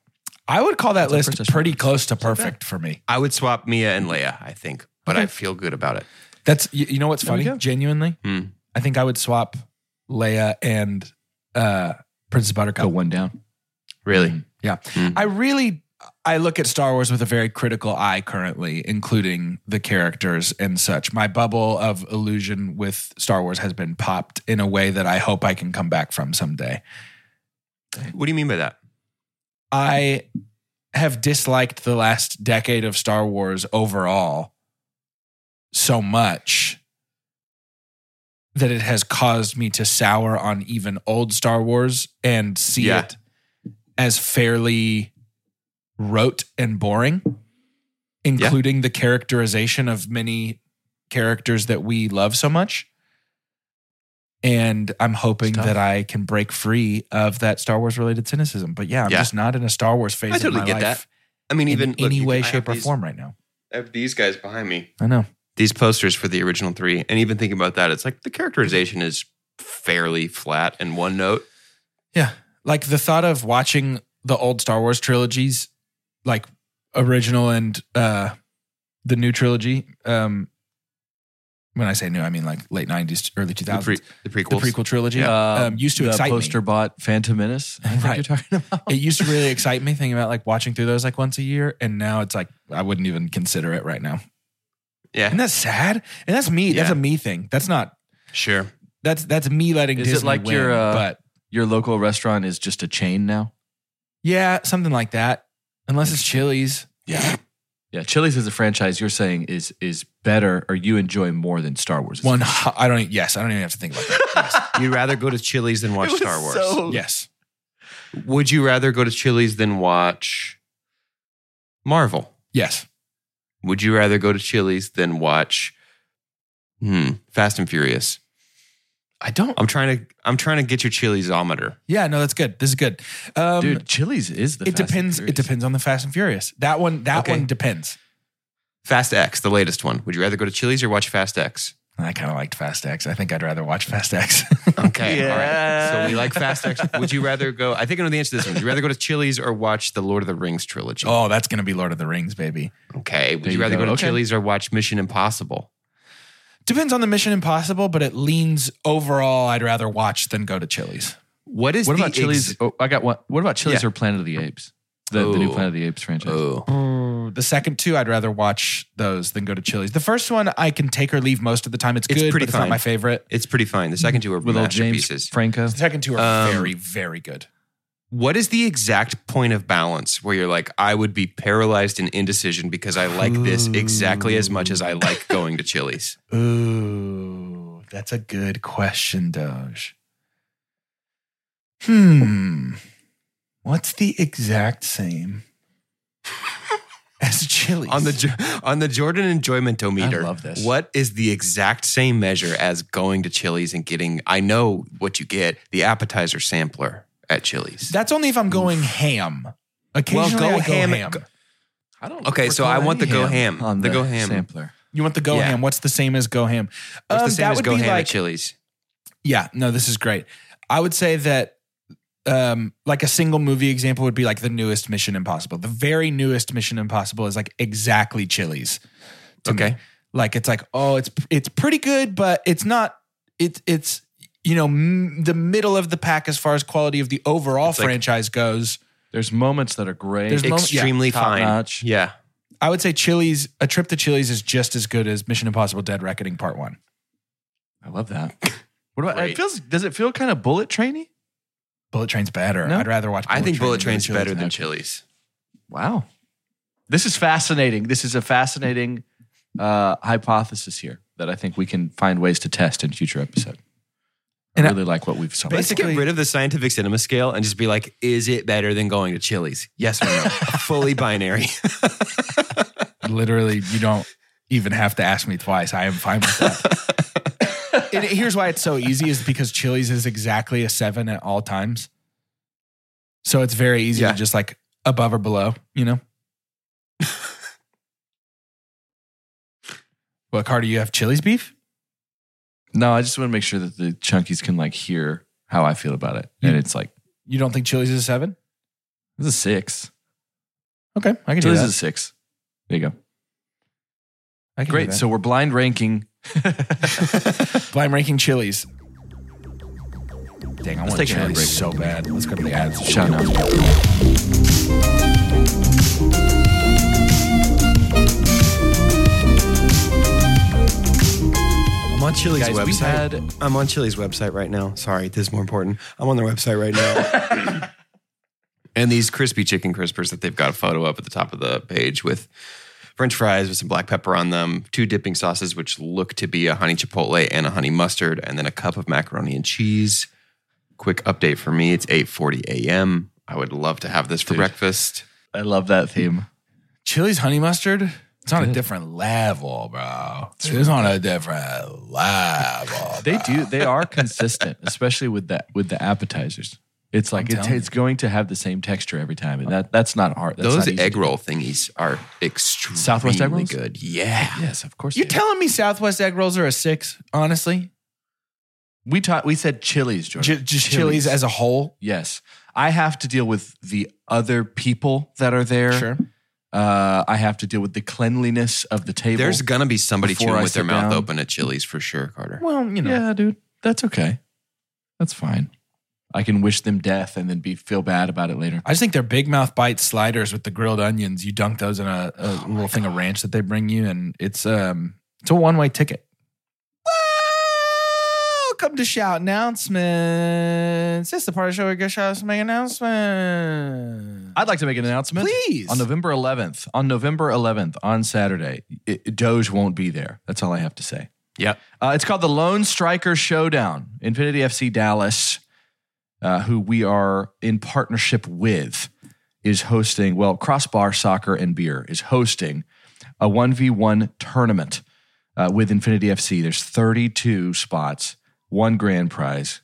S2: I would call that
S1: our
S2: list
S1: princess
S2: pretty
S1: choice.
S2: close to perfect for me.
S3: I would swap Mia and Leia, I think, but I feel good about it.
S2: That's you, you know what's
S1: There we
S2: funny?
S1: go.
S2: Genuinely,
S3: Hmm.
S2: I think I would swap Leia and uh, Princess Buttercup.
S1: Go one down.
S3: Really?
S2: Yeah.
S3: Mm.
S2: I really I look at Star Wars with a very critical eye currently, including the characters and such. My bubble of illusion with Star Wars has been popped in a way that I hope I can come back from someday.
S1: Mm.
S3: What do you mean by that?
S2: I have disliked the last decade of Star Wars overall so much that it has caused me to sour on even old Star Wars and see
S3: Yeah.
S2: it as fairly rote and boring, including the characterization of many characters that we love so much. And I'm hoping
S3: tough.
S2: that I can break free of that Star Wars related cynicism. But yeah, I'm
S3: Yeah.
S2: just not in a Star Wars phase.
S3: I totally
S2: of my
S3: get that.
S2: life
S3: I mean,
S2: In
S3: even look,
S2: any
S3: you- I
S2: way,
S3: have
S2: shape, or
S3: these-
S2: form right now.
S3: I have these guys behind me.
S2: I know.
S3: These posters for the original three, and even thinking about that, it's like the characterization is fairly flat and one note.
S2: Yeah. Like the thought of watching the old Star Wars trilogies, like original and uh the new trilogy. Um when I say new, I mean like late nineties, early two
S3: The, pre-
S2: thousands.
S3: the
S2: The
S3: prequels.
S2: prequel trilogy
S1: Uh,
S2: um, used to
S1: the
S2: excite
S1: poster
S2: me.
S1: bot Phantom Menace. I think
S2: Right.
S1: you're talking about.
S2: It used to really excite me thinking about like watching through those like once a year, and now it's like I wouldn't even consider it right now.
S3: yeah,
S2: And that's sad. And that's me. That's
S3: Yeah.
S2: a me thing. That's not.
S3: sure.
S2: That's that's me letting
S1: Is it
S2: Disney
S1: like
S2: win,
S1: your, uh,
S2: but
S1: Your local restaurant is just a chain now.
S2: yeah, something like that. Unless it's Chili's.
S3: Yeah,
S1: Yeah, Chili's is a franchise. You're saying is is better, or you enjoy more than Star Wars.
S2: One. hu- I don't. e- Yes, I don't even have to think about that.
S3: you'd rather go to Chili's than watch
S1: It was
S3: Star Wars.
S2: Yes.
S1: so-
S2: yes.
S3: Would you rather go to Chili's than watch Marvel?
S2: Yes.
S3: Would you rather go to Chili's than watch hmm, Fast and Furious?
S1: I don't,
S3: I'm trying to I'm trying to get your Chili'someter.
S2: Yeah. No, that's good. This is good. Um,
S1: dude. Chili's is the.
S2: it depends. It depends on the Fast and Furious. That one. That
S3: Okay.
S2: one depends.
S3: Fast X, the latest one. Would you rather go to Chili's or watch Fast X?
S2: I kind of liked Fast X. I think I'd rather watch Fast X.
S3: Okay, all right.
S1: Yeah.
S3: So we like Fast X. Would you rather go? I think I know the answer to this one. Would you rather go to Chili's or watch the Lord of the Rings trilogy?
S2: oh, that's gonna be Lord of the Rings, baby.
S3: okay. Would
S1: There
S3: you
S1: you
S3: rather go,
S1: go.
S3: to
S1: Okay.
S3: Chili's or watch Mission Impossible?
S2: Depends on the Mission Impossible, but it leans overall. I'd rather watch than go to Chili's.
S3: What is
S1: What
S3: the
S1: about Chili's?
S3: ex-
S1: oh, I got one. What about Chili's
S3: Yeah.
S1: or Planet of the Apes? The, the new
S3: Oh.
S1: Planet of the Apes franchise.
S3: oh,
S2: The second two, I'd rather watch those than go to Chili's. The first one, I can take or leave most of the time. It's,
S3: It's
S2: good,
S3: pretty
S2: but it's
S3: fine.
S2: not my favorite.
S3: it's pretty fine. The second two are
S1: With old James
S3: masterpieces.
S1: Franco.
S2: The second two are
S3: Um,
S2: very, very good.
S3: what is the exact point of balance where you're like, I would be paralyzed in indecision because I like this exactly as much as I like going to Chili's?
S2: Ooh, that's a good question, Doge. Hmm. What's the exact same as chilies?
S3: on the Jo- on the Jordan enjoymentometer.
S1: I love this.
S3: What is the exact same measure as going to Chili's and getting? I know what you get: the appetizer sampler at Chili's.
S2: that's only if I'm going ham. Occasionally,
S3: go
S2: I go ham.
S3: ham- go-
S1: I don't.
S3: Okay, so I
S1: recall
S3: want the
S1: any
S3: go ham.
S1: on
S3: The
S1: the,
S3: go ham.
S1: sampler.
S2: you want the go
S3: Yeah.
S2: ham? What's the same as go ham?
S3: What's
S2: Um,
S3: the same
S2: that
S3: as
S2: would
S3: go
S2: be
S3: ham
S2: like
S3: at Chili's?
S2: Yeah, no, this is great. I would say that um like a single movie example would be like the newest Mission Impossible. The very newest Mission Impossible is like exactly Chili's. to me.
S3: Okay.
S2: Like it's like, oh, it's it's pretty good, but it's not it's it's you know, m- the middle of the pack as far as quality of the overall
S3: It's like-
S2: franchise goes.
S1: There's moments that are great.
S2: There's moment- yeah,
S3: Extremely
S1: top
S3: fine.
S1: notch.
S3: Yeah.
S2: I would say Chili's, a trip to Chili's is just as good as Mission Impossible Dead Reckoning Part 1.
S1: I love that. What about?
S3: Great.
S1: It feels. Does it feel kind of bullet trainy?
S2: Bullet Train's better.
S1: No.
S2: I'd rather watch
S3: I think
S2: Train
S3: Bullet
S2: than
S3: Train's
S2: Chili's.
S3: better than
S1: actually.
S3: Chili's.
S1: Wow. This is fascinating. This is a fascinating uh, hypothesis here that I think we can find ways to test in future episode. I
S2: And I-
S1: really like what we've saw.
S3: Let's get
S2: Basically-
S3: rid of the scientific cinema scale and just be like, is it better than going to Chili's? Yes or no? Fully binary.
S2: literally you don't even have to ask me twice i am fine with that and here's why it's so easy is because chili's is exactly a seven at all times so it's very easy
S3: Yeah.
S2: to just like above or below you know what car do you have chili's beef
S1: No, I just want to make sure that the chunkies can like hear how I feel about it, and
S2: You-
S1: it's like
S2: you don't think chili's is a seven
S1: this is a six.
S2: Okay, I can
S1: So
S2: do
S1: this
S2: that.
S1: is a six. There you go.
S2: I can
S1: Great. So we're blind ranking.
S2: blind ranking chilies. Dang, I want
S1: take a
S2: chilies
S1: break.
S2: so bad. Let's go to the ads. Shut
S1: Shout out.
S3: I'm on Chili's
S1: Guys, we
S3: website.
S1: had
S3: I'm on Chili's website right now. Sorry, this is more important. I'm on their website right now. and these crispy chicken crispers that they've got a photo up at the top of the page with french fries with some black pepper on them, two dipping sauces, which look to be a honey chipotle and a honey mustard, and then a cup of macaroni and cheese. Quick update for me. It's 8.40 a.m. I would love to have this for breakfast.
S1: I love that theme.
S2: Chili's honey mustard. It's on a different level, bro. It's, on a different level.
S1: They do. They are consistent, especially with that with the appetizers. It's like it's,
S2: telling
S1: it's going to have the same texture every time, and that that's not hard. That's
S3: Those
S1: not easy
S3: egg
S1: to-
S3: roll thingies are extremely
S1: egg rolls?
S3: good. Yeah.
S1: Yes, of course.
S2: You
S1: they are.
S2: telling me Southwest egg rolls are a six? Honestly,
S1: we taught we said chilies, Jordan.
S2: Ch- just Chili's as a whole.
S1: yes. I have to deal with the other people that are there.
S2: Sure.
S1: Uh, I have to deal with the cleanliness of the table.
S3: There's gonna be somebody
S1: Before
S3: chewing
S1: I
S3: with their
S1: sit
S3: mouth
S1: down.
S3: open at Chili's for sure, Carter.
S2: Well, you know.
S1: Yeah, dude. That's okay. That's fine. I can wish them death and then be feel bad about it later.
S2: I just think their big mouth bite sliders with the grilled onions. You dunk those in a, a
S1: Oh
S2: little thing of ranch that they bring you, and it's um it's a one way ticket. Welcome to shout announcements. This is the part of the show where we get shout outs and make announcements.
S1: I'd like to make an announcement.
S2: Please.
S1: On November 11th, on November 11th, on Saturday, it- it- Doge won't be there. That's all I have to say.
S3: Yep.
S1: Uh, it's called the Lone Striker Showdown, Infinity FC Dallas, uh, who we are in partnership with, is hosting, well, Crossbar Soccer and Beer is hosting a 1v1 tournament uh, with Infinity FC. There's 32 spots, one grand prize.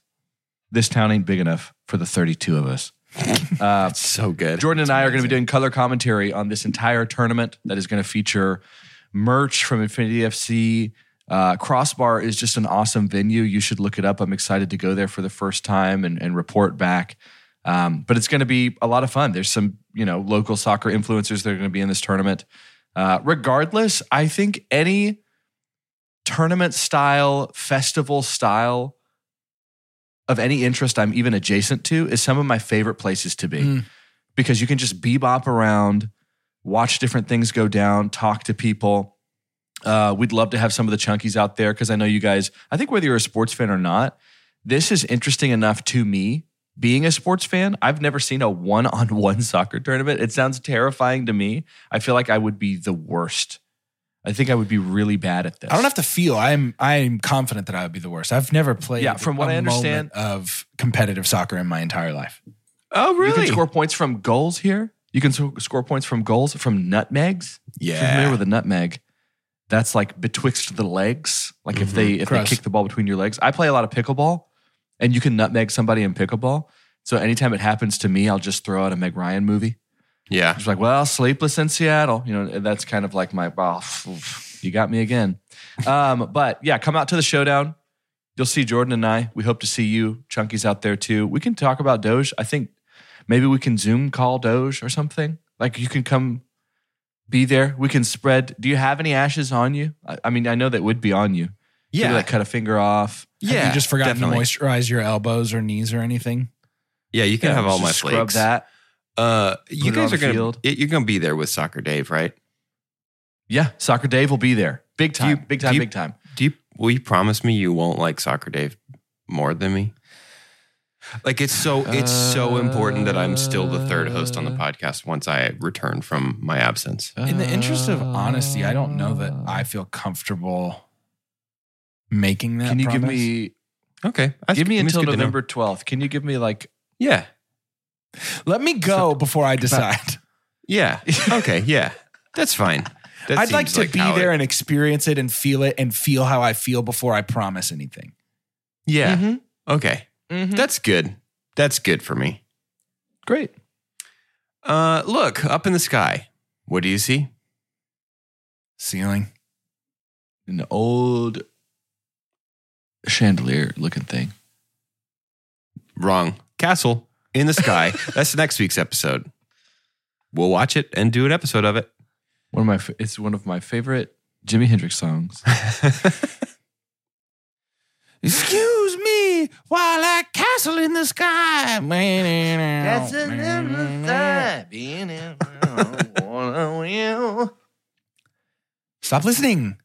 S1: This town ain't big enough for the 32 of us. Uh,
S3: So good.
S1: Jordan and I are going to be doing color commentary on this entire tournament that is going to feature merch from Infinity FC. Uh, Crossbar is just an awesome venue. You should look it up. I'm excited to go there for the first time and, and report back. Um, but it's going to be a lot of fun. There's some you know local soccer influencers that are going to be in this tournament. Uh, regardless, I think any tournament style, festival style of any interest I'm even adjacent to is some of my favorite places to be
S2: Mm.
S1: because you can just bebop around, watch different things go down, talk to people. Uh, we'd love to have some of the chunkies out there because I know you guys, I think whether you're a sports fan or not, this is interesting enough to me. Being a sports fan, I've never seen a one on one soccer tournament. It sounds terrifying to me. I feel like I would be the worst. I think I would be really bad at this.
S2: I don't have to feel. I'm I'm confident that I would be the worst. I've never played.
S1: Yeah, from what
S2: I
S1: I understand-
S2: of competitive soccer in my entire life.
S3: Oh,
S1: You can score points from goals here. You can sc- score points from goals from nutmegs. If you're familiar
S3: yeah.
S1: with a nutmeg, that's like betwixt the legs. Like if they if
S2: Gross.
S1: they kick the ball between your legs. I play a lot of pickleball, and you can nutmeg somebody in pickleball. So anytime it happens to me, I'll just throw out a Meg Ryan movie.
S3: Yeah.
S1: It's like, well, sleepless in Seattle. You know, and that's kind of like my, well, you got me again. Um, but yeah, come out to the showdown. You'll see Jordan and I. We hope to see you, Chunky's out there too. We can talk about Doge. I think maybe we can Zoom call Doge or something. Like you can come be there. We can spread. Do you have any ashes on you? I, I mean, I know that would be on you. Maybe,
S3: Yeah.
S1: like cut a finger off.
S3: Yeah.
S2: Have you just forgotten
S3: definitely.
S2: to moisturize your elbows or knees or anything.
S3: Yeah, you can
S1: Yeah,
S3: have all
S1: just
S3: my
S1: scrub
S3: flakes.
S1: that.
S3: Uh, you
S1: it on
S3: guys
S1: the
S3: are gonna
S1: field.
S3: y- you're gonna be there with Soccer Dave, right?
S1: Yeah, Soccer Dave will be there. Big
S3: Do you-
S1: time. big time.
S3: do you-
S1: big time.
S3: Do you will you promise me you won't like Soccer Dave more than me? Like it's so it's so important that I'm still the third host on
S1: Uh,
S3: the podcast once I return from my absence.
S2: In the interest of honesty, I don't know that
S1: Ah.
S2: I feel comfortable making that.
S1: Can you give
S2: promise.
S1: me
S3: Okay, that's-
S1: give me
S3: that's
S1: until
S3: good to know.
S1: November twelfth. Can you give me like
S3: Yeah,
S2: Let me go before I decide.
S3: yeah, okay, yeah. That's fine. That
S2: I'd like
S3: seems
S2: to be
S3: how it-
S2: there and experience it and feel it and feel how I feel before I promise anything.
S3: yeah.
S2: Mm-hmm.
S1: Mhm.
S3: Okay, that's good. That's good for me.
S1: great?
S3: Uh, look up in the sky. What do you see?
S2: Ceiling.
S1: An old chandelier looking thing.
S3: Wrong. Castle in the sky. That's next week's episode. we'll watch it and do an episode of it.
S1: One of my fa- it's one of my favorite Jimi Hendrix songs.
S2: Excuse me while I castle in the sky. Castle in the sky. Stop listening.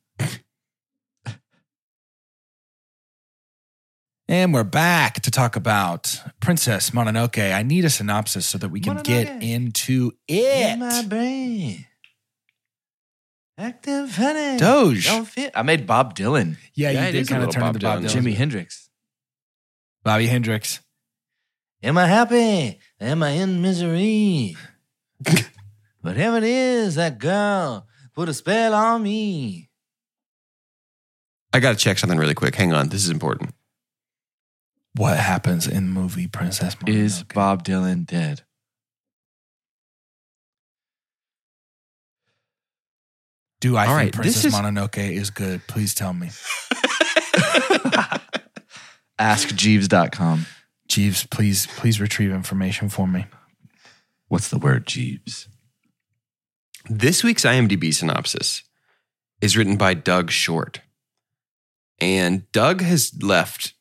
S2: And we're back to talk about Princess Mononoke. I need a synopsis so that we can get into it.
S1: brain. Active honey.
S2: Doge.
S1: I made Bob Dylan.
S2: Yeah,
S1: Yeah, it
S2: you did
S1: is a
S2: kind of
S1: little
S2: turn
S1: Bob
S2: into Bob
S1: Dylan.
S2: Dylan.
S1: Jimi Hendrix.
S2: Bobby Hendrix.
S1: Am I happy? Am I in misery? Whatever it is, that girl put a spell on me.
S3: I got to check something really quick. Hang on. This is important.
S2: What happens in the movie Princess Mononoke?
S1: Is Bob Dylan dead?
S2: Do I
S3: All
S2: think
S3: right,
S2: Princess
S3: this is-
S2: Mononoke is good? Please tell me.
S1: AskJeeves.com.
S2: Jeeves, please, please retrieve information for me.
S1: What's the word, Jeeves?
S3: This week's IMDb synopsis is written by Doug Short. And Doug has left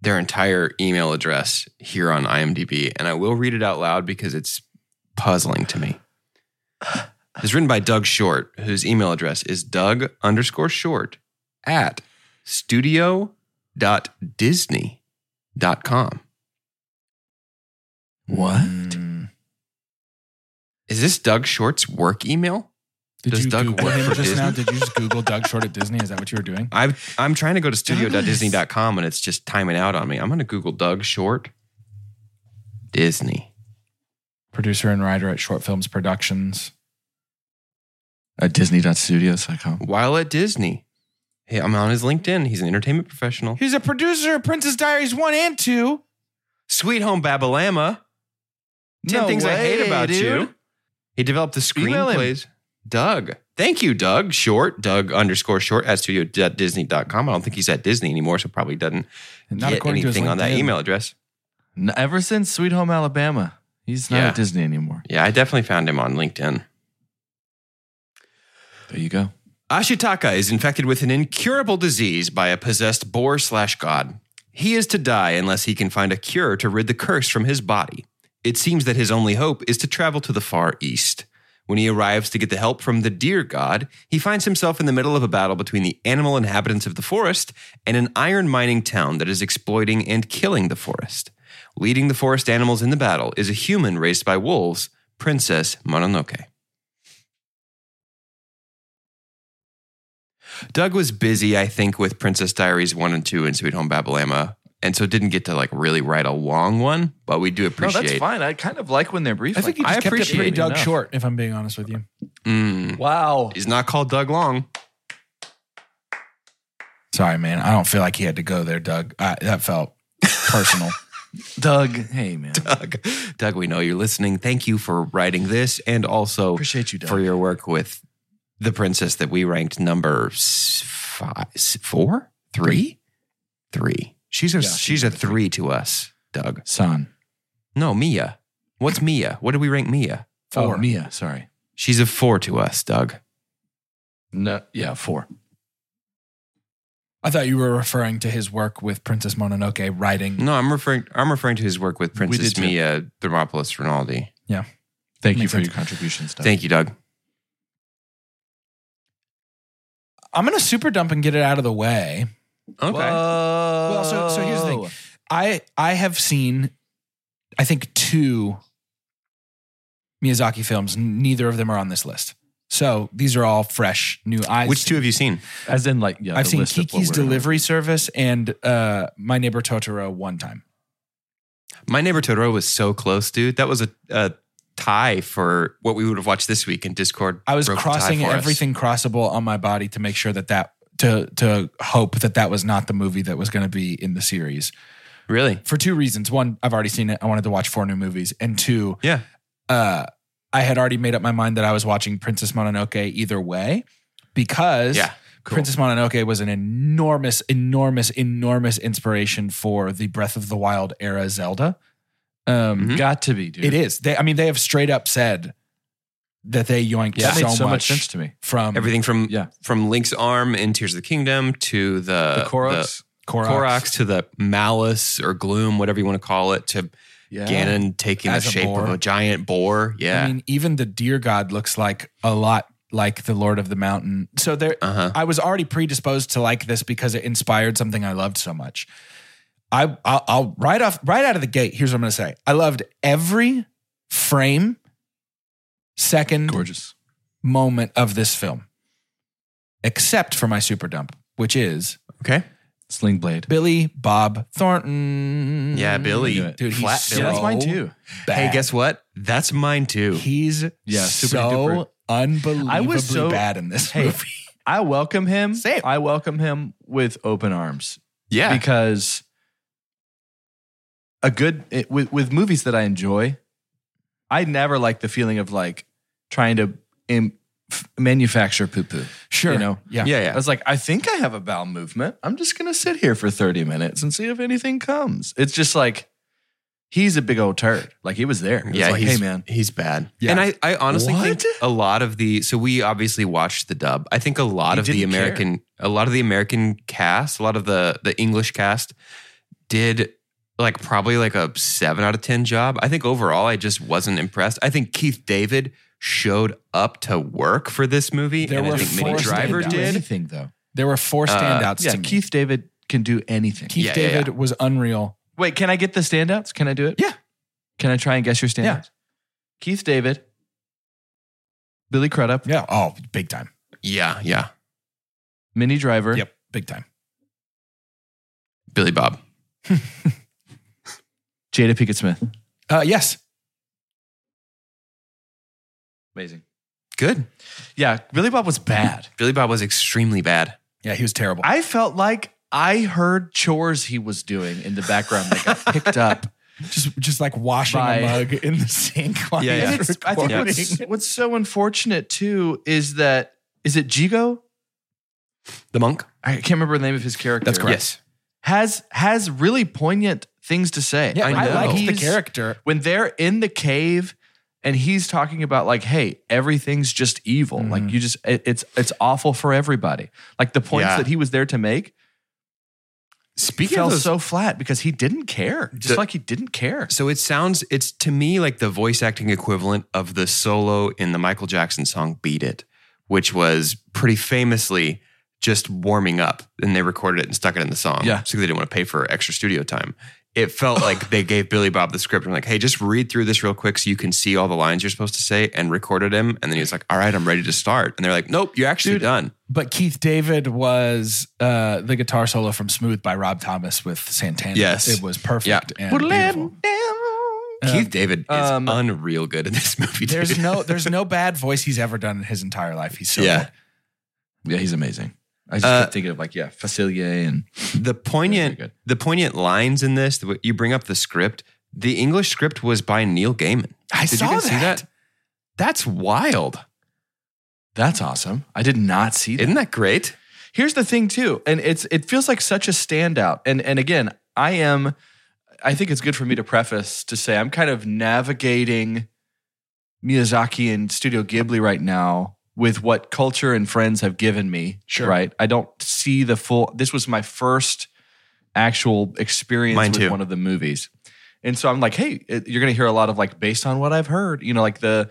S3: their entire email address here on IMDb. And I will read it out loud because it's puzzling to me. It's written by Doug Short, whose email address is Doug underscore short at studio.disney.com.
S2: What?
S3: Is this Doug Short's work email?
S2: Did
S3: Does
S2: you
S3: Doug
S2: Google
S3: work
S2: him
S3: for
S2: just now?
S3: Disney?
S2: Did you just Google Doug Short at Disney? Is that what you were doing?
S3: I'm I'm trying to go to studio.disney.com and it's just timing out on me. I'm going to Google Doug Short Disney.
S2: Producer and writer at Short Films Productions.
S1: At Disney.studios.com.
S3: While at Disney, hey, I'm on his LinkedIn. He's an entertainment professional.
S2: He's a producer of Princess Diaries 1 and 2.
S3: Sweet Home Babalama. Ten
S1: No
S3: things I hate
S1: way,
S3: about you.
S1: dude.
S3: He developed the
S1: Email him.
S3: screenplays. Doug. Thank you, Doug. Short. Doug underscore short at studio.disney.com. I don't think he's at Disney anymore, so probably doesn't
S2: And not
S3: get
S2: according to his
S3: anything on that
S2: LinkedIn.
S3: email address.
S1: N- ever since Sweet Home Alabama, he's not
S3: Yeah.
S1: at Disney anymore.
S3: Yeah, I definitely found him on LinkedIn.
S1: There you go.
S3: Ashitaka is infected with an incurable disease by a possessed boar slash god. He is to die unless he can find a cure to rid the curse from his body. It seems that his only hope is to travel to the far east. When he arrives to get the help from the deer god, he finds himself in the middle of a battle between the animal inhabitants of the forest and an iron mining town that is exploiting and killing the forest. Leading the forest animals in the battle is a human raised by wolves, Princess Mononoke. Doug was busy, I think, with Princess Diaries one and two and Sweet Home Babalama, and so didn't get to like really write a long one. But we do
S1: No,
S3: appreciate.
S1: that's fine. I kind of like when they're brief.
S2: I think he
S1: like,
S2: just kept it
S1: appreciate
S2: pretty Doug
S1: enough.
S2: Short, if I'm being honest with you.
S3: Mm.
S1: Wow.
S3: He's not called Doug Long.
S2: Sorry, man. I don't feel like he had to go there, Doug. I, that felt personal.
S1: Doug. Hey, man.
S3: Doug, Doug, we know you're listening. Thank you for writing this and also
S1: Appreciate you, Doug.
S3: for your work with the princess that we ranked number s- five, s- four, three, three. She's a
S2: Yeah,
S3: she's a three to us, Doug.
S1: Son.
S3: No, Mia. What's Mia? What did we rank Mia?
S1: Four.
S2: Four.
S1: Oh, Mia. Sorry.
S3: She's a four to us, Doug.
S1: No. Yeah, four.
S2: I thought you were referring to his work with Princess Mononoke writing
S3: No, I'm referring I'm referring to his work with Princess
S1: did too.
S3: Mia Thermopolis Rinaldi.
S1: Thank you
S2: Makes
S1: for
S2: sense.
S1: your contributions, Doug.
S3: Thank you, Doug.
S2: I'm gonna super dump and get it out of the way.
S3: Okay.
S1: Well,
S2: so- so here's the thing. I I have seen, I think two Miyazaki films. N- Neither of them are on this list, so these are all fresh, new eyes.
S3: Which two have you seen?
S1: As in, like, yeah,
S2: I've
S1: the
S2: seen
S1: list of what
S2: Kiki's
S1: we're gonna-
S2: Delivery Service and uh, My Neighbor Totoro one time.
S3: My Neighbor Totoro was so close, dude. That was a, a tie for what we would have watched this week in Discord.
S2: I was
S3: broke the tie
S2: crossing
S3: for us.
S2: everything crossable on my body to make sure that that to to hope that that was not the movie that was going to be in the series
S3: Really?
S2: for two reasons. One, I've already seen it. I wanted to watch four new movies, and two,
S3: Yeah.
S2: uh, I had already made up my mind that I was watching Princess Mononoke either way because
S3: Yeah. Cool.
S2: Princess Mononoke was an enormous, enormous, enormous inspiration for the Breath of the Wild era Zelda. Um,
S3: Mhm.
S1: Got to be, dude.
S3: Mm-hmm.
S2: It is. They, I mean, they have straight up said that they yoinked
S1: Yeah. That
S2: so,
S1: made so much
S2: much
S1: sense to me.
S2: From
S3: Everything from
S1: Yeah.
S3: from Link's arm in Tears of the Kingdom to Uh, the,
S1: the Koroks.
S3: the
S2: Korok,
S3: Koroks to the malice or gloom, whatever you want to call it, to
S1: yeah.
S3: Ganon taking
S2: As
S3: the
S2: a
S3: shape
S2: boar.
S3: of a giant boar. Yeah.
S2: I mean, even the deer god looks like a lot like the Lord of the Mountain. So there,
S3: uh-huh.
S2: I was already predisposed to like this because it inspired something I loved so much. I I'll, I'll right off right out of the gate. Here's what I'm going to say. I loved every frame, second,
S1: Gorgeous.
S2: moment of this film, except for my super dump, which is
S3: Okay.
S1: Sling Blade.
S2: Billy Bob Thornton.
S3: Yeah, Billy.
S1: Knew it.
S2: Dude, he's
S3: Flat
S2: so
S3: Billy. Yeah, that's
S1: mine too.
S2: Bad.
S3: Hey, guess what? That's mine too.
S2: He's
S1: Yeah, super duper.
S2: so unbelievably
S1: I was so-
S2: bad in this
S1: Hey.
S2: movie.
S1: I welcome him.
S2: Same.
S1: I welcome him with open arms
S3: yeah.
S1: because a good it, with with movies that I enjoy, I never like the feeling of like trying to im- f- manufacture poo poo.
S2: Sure.
S1: You know.
S2: yeah.
S3: yeah,
S1: I
S3: yeah.
S1: was like, I think I have a bowel movement. I'm just gonna sit here for 30 minutes and see if anything comes. It's just like he's a big old turd. Like he was there. It's
S3: yeah,
S1: like,
S3: he's,
S1: hey man.
S3: he's bad.
S2: Yeah.
S3: And I, I honestly think
S1: What?
S3: a lot of the so we obviously watched the dub. I think a lot
S1: He
S3: of the
S1: didn't care.
S3: American a lot of the American cast, a lot of the the English cast did like probably like a 7 out of 10 job. I think overall I just wasn't impressed. I think Keith David showed up to work for this movie
S2: There
S3: and I
S2: were
S3: think Minnie
S2: four
S3: Driver
S2: standouts.
S3: did.
S1: anything though.
S2: There were four
S3: Uh,
S2: standouts
S1: Yeah,
S2: to me.
S1: Keith David can do anything.
S2: Keith
S3: Yeah, yeah,
S2: David was unreal.
S1: Wait, can I get the standouts? Can I do it?
S2: Yeah.
S1: Can I try and guess your standouts?
S2: Yeah.
S1: Keith David, Billy Crudup,
S2: Yeah. Oh, big time.
S3: Yeah, yeah.
S1: Minnie Driver,
S2: Yep. Big time.
S3: Billy Bob.
S1: Jada Pinkett Smith.
S2: Uh, yes.
S1: Amazing.
S3: Good.
S1: Yeah, Billy Bob was bad.
S3: Billy Bob was extremely bad.
S2: Yeah, he was terrible.
S1: I felt like I heard chores he was doing in the background that got picked up.
S2: just just like washing
S1: By-
S2: a mug in the sink. While
S3: Yeah,
S2: yeah,
S3: yeah.
S1: And it's, I think what's, what's so unfortunate too is that is it Jigo?
S3: The monk?
S1: I can't remember the name of his character.
S2: That's correct.
S3: Yes.
S1: Has has really poignant things to say.
S2: yeah,
S3: I
S2: I,
S3: know.
S2: liked the
S1: He's-
S2: character.
S1: when they're in the cave and he's talking about like hey everything's just evil like you just it, it's it's awful for everybody like the points
S3: Yeah.
S1: that he was there to make
S3: Speaking
S1: fell
S3: of those,
S1: so flat because he didn't care just
S3: The-
S1: like he didn't care
S3: So it sounds, it's to me like the voice acting equivalent of the solo in the Michael Jackson song Beat It, which was pretty famously just warming up and they recorded it and stuck it in the song.
S1: Yeah.
S3: So they didn't want to pay for extra studio time. It felt like they gave Billy Bob the script and like, hey, just read through this real quick so you can see all the lines you're supposed to say and recorded him. And then he was like, all right, I'm ready to start. And they're like, nope, you're actually done.
S2: But Keith David was uh, the guitar solo from "Smooth" by Rob Thomas with Santana.
S3: Yes.
S2: it was perfect
S3: Yeah.
S2: and beautiful.
S3: Keith David is
S1: um,
S3: unreal good in this movie.
S2: There's
S3: dude.
S2: no there's no bad voice he's ever done in his entire life. He's so
S3: Yeah.
S2: good.
S1: yeah he's amazing i just
S3: Uh,
S1: kept thinking of like yeah facilier and
S3: the poignant
S1: good.
S3: the poignant lines in this the- you bring up the script the english script was by neil gaiman
S2: I
S3: did
S2: saw
S3: you guys see
S2: that.
S3: that that's wild
S1: that's awesome i did not see that
S3: isn't that great
S1: here's the thing too and it's it feels like such a standout and and again i am i think it's good for me to preface to say i'm kind of navigating miyazaki and studio ghibli right now with what culture and friends have given me
S2: Sure.
S1: right i don't see the full this was my first actual experience
S3: Mine
S1: with
S3: too.
S1: one of the movies and so i'm like hey it- you're gonna hear a lot of like based on what i've heard you know like the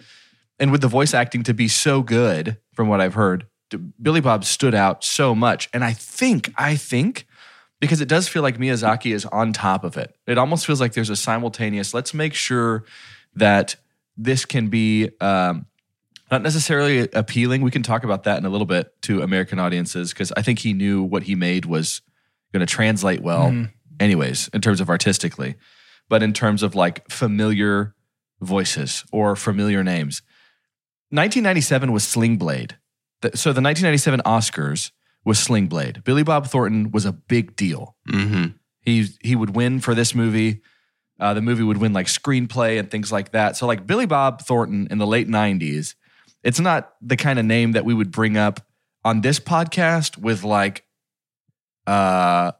S1: and with the voice acting to be so good from what I've heard, d- Billy Bob stood out so much. And I think, I think, because it does feel like Miyazaki is on top of it. It almost feels like there's a simultaneous, let's make sure that this can be um, not necessarily appealing. We can talk about that in a little bit to American audiences, because I think he knew what he made was going to translate well,
S2: Mhm.
S1: anyways, in terms of artistically, but in terms of like familiar voices or familiar names. 1997 was Sling Blade. The- so the 1997 Oscars was Sling Blade. Billy Bob Thornton was a big deal.
S3: mm-hmm.
S1: He he would win for this movie. Uh, the movie would win like screenplay and things like that. So like Billy Bob Thornton in the late 90s, it's not the kind of name that we would bring up on this podcast with like uh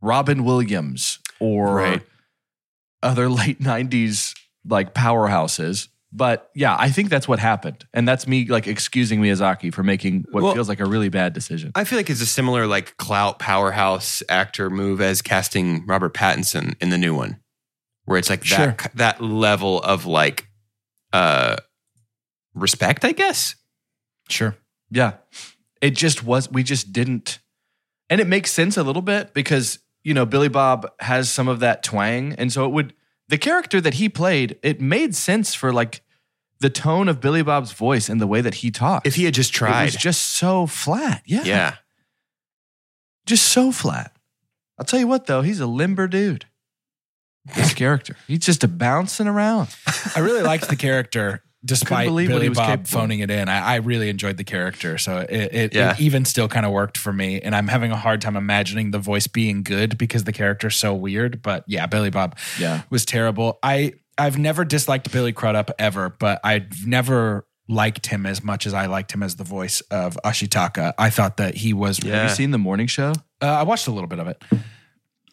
S1: Robin Williams or
S3: Right.
S1: other late 90s like powerhouses. But yeah, I think that's what happened, and that's me like excusing Miyazaki for making what
S3: Well-
S1: feels like a really bad decision.
S3: I feel like it's a similar like clout powerhouse actor move as casting Robert Pattinson in the new one, where it's like
S2: Sure.
S3: that that level of like uh respect, I guess.
S2: Sure.
S1: Yeah. It just was, we just didn't. And it makes sense a little bit because, you know, Billy Bob has some of that twang. And so it would, the character that he played, it made sense for like the tone of Billy Bob's voice and the way that he talked.
S3: If he had just
S1: it
S3: tried,
S1: was just so flat. Yeah.
S3: yeah,
S1: Just so flat. I'll tell you what, though, he's a limber dude. This character. He's just a bouncing around.
S2: I really liked the character, despite
S1: believe what
S2: Billy
S1: he was
S2: Bob
S1: capable of.
S2: phoning it in. I, I really enjoyed the character, so it, it,
S3: Yeah.
S2: it even still kind of worked for me. And I'm having a hard time imagining the voice being good because the character's so weird. But yeah, Billy Bob
S1: Yeah.
S2: was terrible. I I've never disliked Billy Crudup ever, but I've never liked him as much as I liked him as the voice of Ashitaka. I thought that he was.
S3: yeah.
S1: Have you seen the morning show?
S2: Uh, I watched a little bit of it.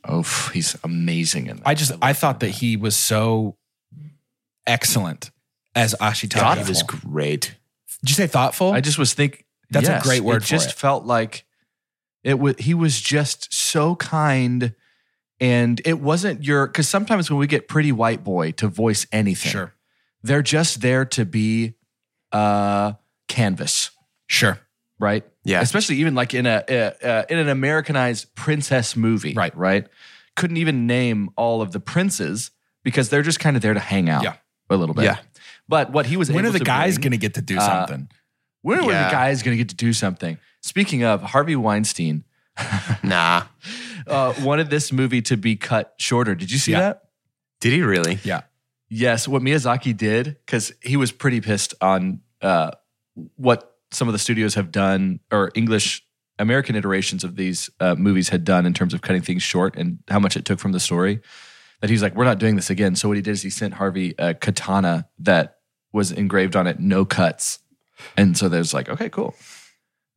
S1: Oh, pff, he's amazing in that.
S2: I just I thought that he was so excellent as Ashitaka.
S3: God was great.
S2: Did you say thoughtful?
S1: I just was think
S2: That's a
S1: yes,
S2: great word
S1: It
S2: for
S1: just
S2: it.
S1: felt like it was. He was just so kind, and it wasn't your. Because sometimes when we get pretty white boy to voice anything,
S2: sure,
S1: they're just there to be uh canvas,
S2: sure.
S1: right?
S3: Yeah.
S1: Especially even like in a uh, uh, in an Americanized princess movie,
S2: Right.
S1: Right. Couldn't even name all of the princes because they're just kind of there to hang out
S2: Yeah.
S1: a little bit.
S3: Yeah.
S1: But what he was
S2: when are
S1: able
S2: the
S1: to
S2: guys
S1: bring-
S2: going to get to do
S1: uh,
S2: something?
S1: When were
S3: Yeah.
S1: the guys going to get to do something? Speaking of Harvey Weinstein,
S3: Nah,
S1: uh, wanted this movie to be cut shorter. Did you see
S2: Yeah.
S1: that?
S3: did he really?
S1: Yes, what Miyazaki did because he was pretty pissed on uh, what some of the studios have done or English American iterations of these uh, movies had done in terms of cutting things short and how much it took from the story. That he's like, we're not doing this again. So what he did is he sent Harvey a katana that was engraved on it, no cuts, and so there's like, okay, cool,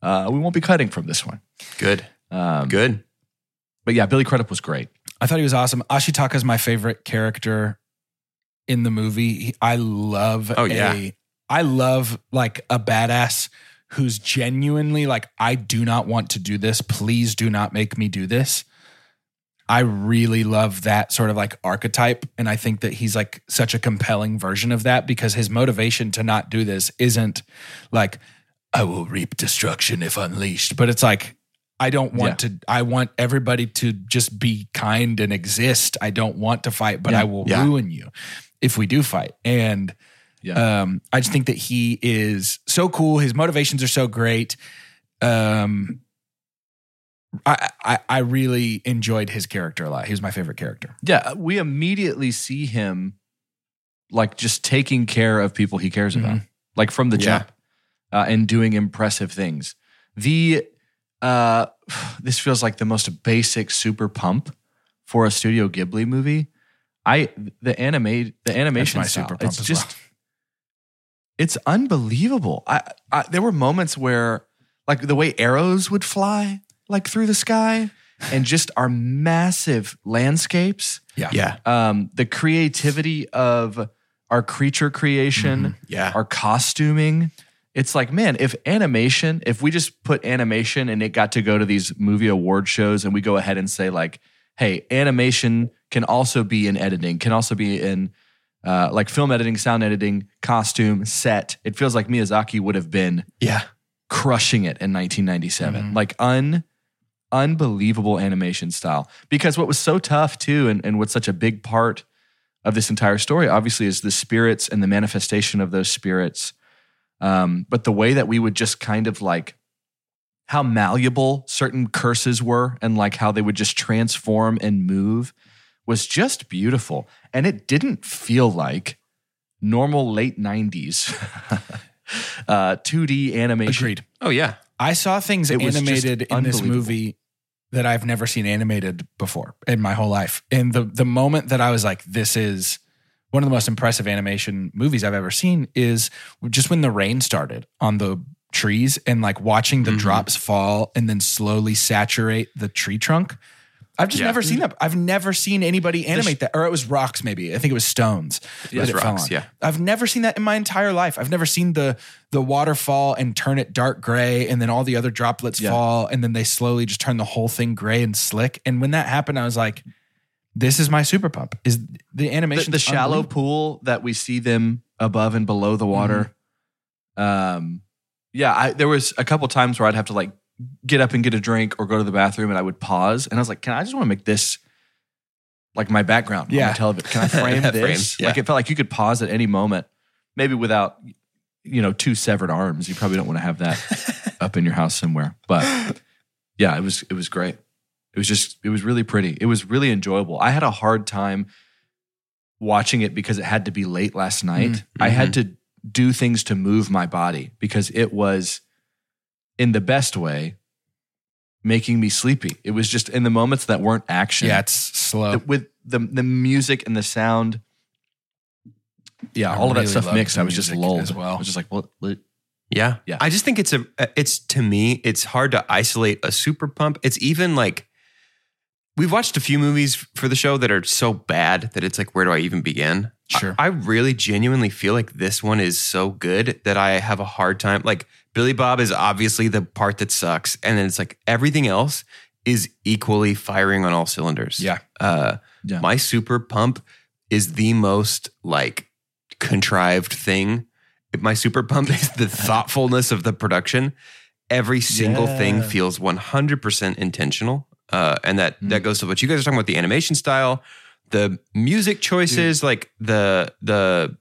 S1: uh, we won't be cutting from this one.
S3: Good,
S1: Um,
S3: good.
S1: But yeah, Billy Crudup was great.
S2: I thought he was awesome. Ashitaka is my favorite character in the movie. He- I love.
S3: Oh, yeah.
S2: a- I love like a badass who's genuinely like, I do not want to do this. Please do not make me do this. I really love that sort of like archetype. And I think that he's like such a compelling version of that because his motivation to not do this isn't like, I will reap destruction if unleashed. But it's like, I don't want to, I want everybody to just be kind and exist. I don't want to fight, but
S1: Yeah.
S2: I will
S3: Yeah.
S2: ruin you if we do fight. And
S1: Yeah.
S2: um, I just think that he is so cool. His motivations are so great. Um, I, I I really enjoyed his character a lot. He was my favorite character.
S1: Yeah, we immediately see him like just taking care of people he cares
S2: Mm-hmm.
S1: about, like from the
S3: Yeah.
S1: jump, uh, and doing impressive things. The uh, this feels like the most basic super pump for a Studio Ghibli movie. I the animate the animation
S2: my
S1: style,
S2: super pump
S1: it's
S2: as
S1: just
S2: well.
S1: it's unbelievable. I, I there were moments where like the way arrows would fly like through the sky and just our massive landscapes
S3: Yeah,
S1: um, the creativity of our creature creation,
S3: Mm-hmm. yeah,
S1: our costuming. It's like, man, if animation, if we just put animation and it got to go to these movie award shows and we go ahead and say, like, hey, animation can also be in editing, can also be in uh, like film editing, sound editing, costume, set. It feels like Miyazaki would have been
S3: yeah.
S1: crushing it in 1997 like un unbelievable animation style because what was so tough too and, and what's such a big part of this entire story obviously is the spirits and the manifestation of those spirits um, but the way that we would just kind of like how malleable certain curses were and like how they would just transform and move was just beautiful and it didn't feel like normal late 90s uh, 2d animation
S2: Agreed.
S3: Oh yeah,
S2: I saw things
S1: It was just
S2: animated in this
S1: unbelievable.
S2: movie that I've never seen animated before in my whole life. And the the moment that I was like, this is one of the most impressive animation movies I've ever seen is just when the rain started on the
S1: Mm-hmm.
S2: trees and like watching the
S3: Mhm.
S2: drops fall and then slowly saturate the tree trunk. I've just never
S1: Mm-hmm.
S2: seen that. I've never seen anybody animate that. Or it was rocks, maybe. I think it was stones. that
S3: was
S2: it fell
S3: rocks,
S2: on.
S3: yeah.
S2: I've never seen that in my entire life. I've never seen the the waterfall and turn it dark gray, and then all the other droplets fall, and then they slowly just turn the whole thing gray and slick. And when that happened, I was like, "This is my super pump." Is the
S1: The,
S2: animation
S1: the shallow pool that we see them above and below the water.
S3: Mm-hmm.
S1: Um, yeah, I, there was a couple times where I'd have to like get up and get a drink or go to the bathroom, and I would pause and I was like, "Can I just want to make this like my background on
S2: Yeah.
S1: my television? Can I frame
S3: Frame,
S1: this?
S3: yeah.
S1: Like it felt like you could pause at any moment, maybe without you know two severed arms. You probably don't want to have that up in your house somewhere, but yeah, it was it was great. It was just it was really pretty. It was really enjoyable. I had a hard time watching it because it had to be late last night.
S2: Mm,
S1: I had
S2: mm-hmm.
S1: to do things to move my body because it was in the best way making me sleepy. It was just in the moments that weren't action.
S2: Yeah, it's slow.
S1: The- with the the music and the sound. Yeah,
S2: I
S1: all of that
S2: really
S1: stuff
S2: loved
S1: mixed.
S2: the
S1: I was just
S2: music
S1: lulled.
S2: as well.
S1: I was just like, what? what-
S3: Yeah.
S1: Yeah.
S3: I just think it's a uh, it's to me, it's hard to isolate a super pump. It's even like we've watched a few movies for the show that are so bad that it's like, where do I even begin?
S2: Sure.
S3: I, I really genuinely feel like this one is so good that I have a hard time. Like Billy Bob is obviously the part that sucks. And then it's like everything else is equally firing on all cylinders.
S2: Yeah.
S3: Uh
S1: Yeah.
S3: my super pump is the most like contrived thing. My super pump is the thoughtfulness of the production. Every single thing
S1: Yeah.
S3: feels 100% intentional. Uh, and that that goes to what you guys are talking about the animation style, the music choices, like the the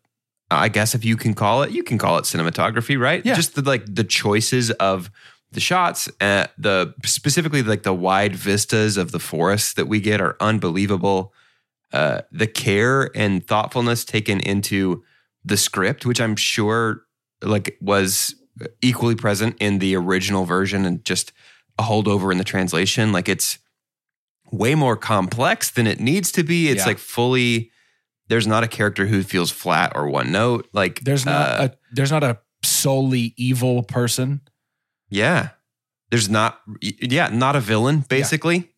S3: I guess if you can call it, you can call it cinematography, right?
S2: Yeah.
S3: Just the, like the choices of the shots, uh, the specifically like the wide vistas of the forest that we get are unbelievable. Uh, the care and thoughtfulness taken into the script, which I'm sure like was equally present in the original version and just a holdover in the translation. Like it's way more complex than it needs to be. It's
S2: Yeah.
S3: like fully. There's not a character who feels flat or one note. Like
S2: There's not
S3: uh,
S2: a there's not a solely evil person.
S3: yeah. There's not yeah not a villain basically.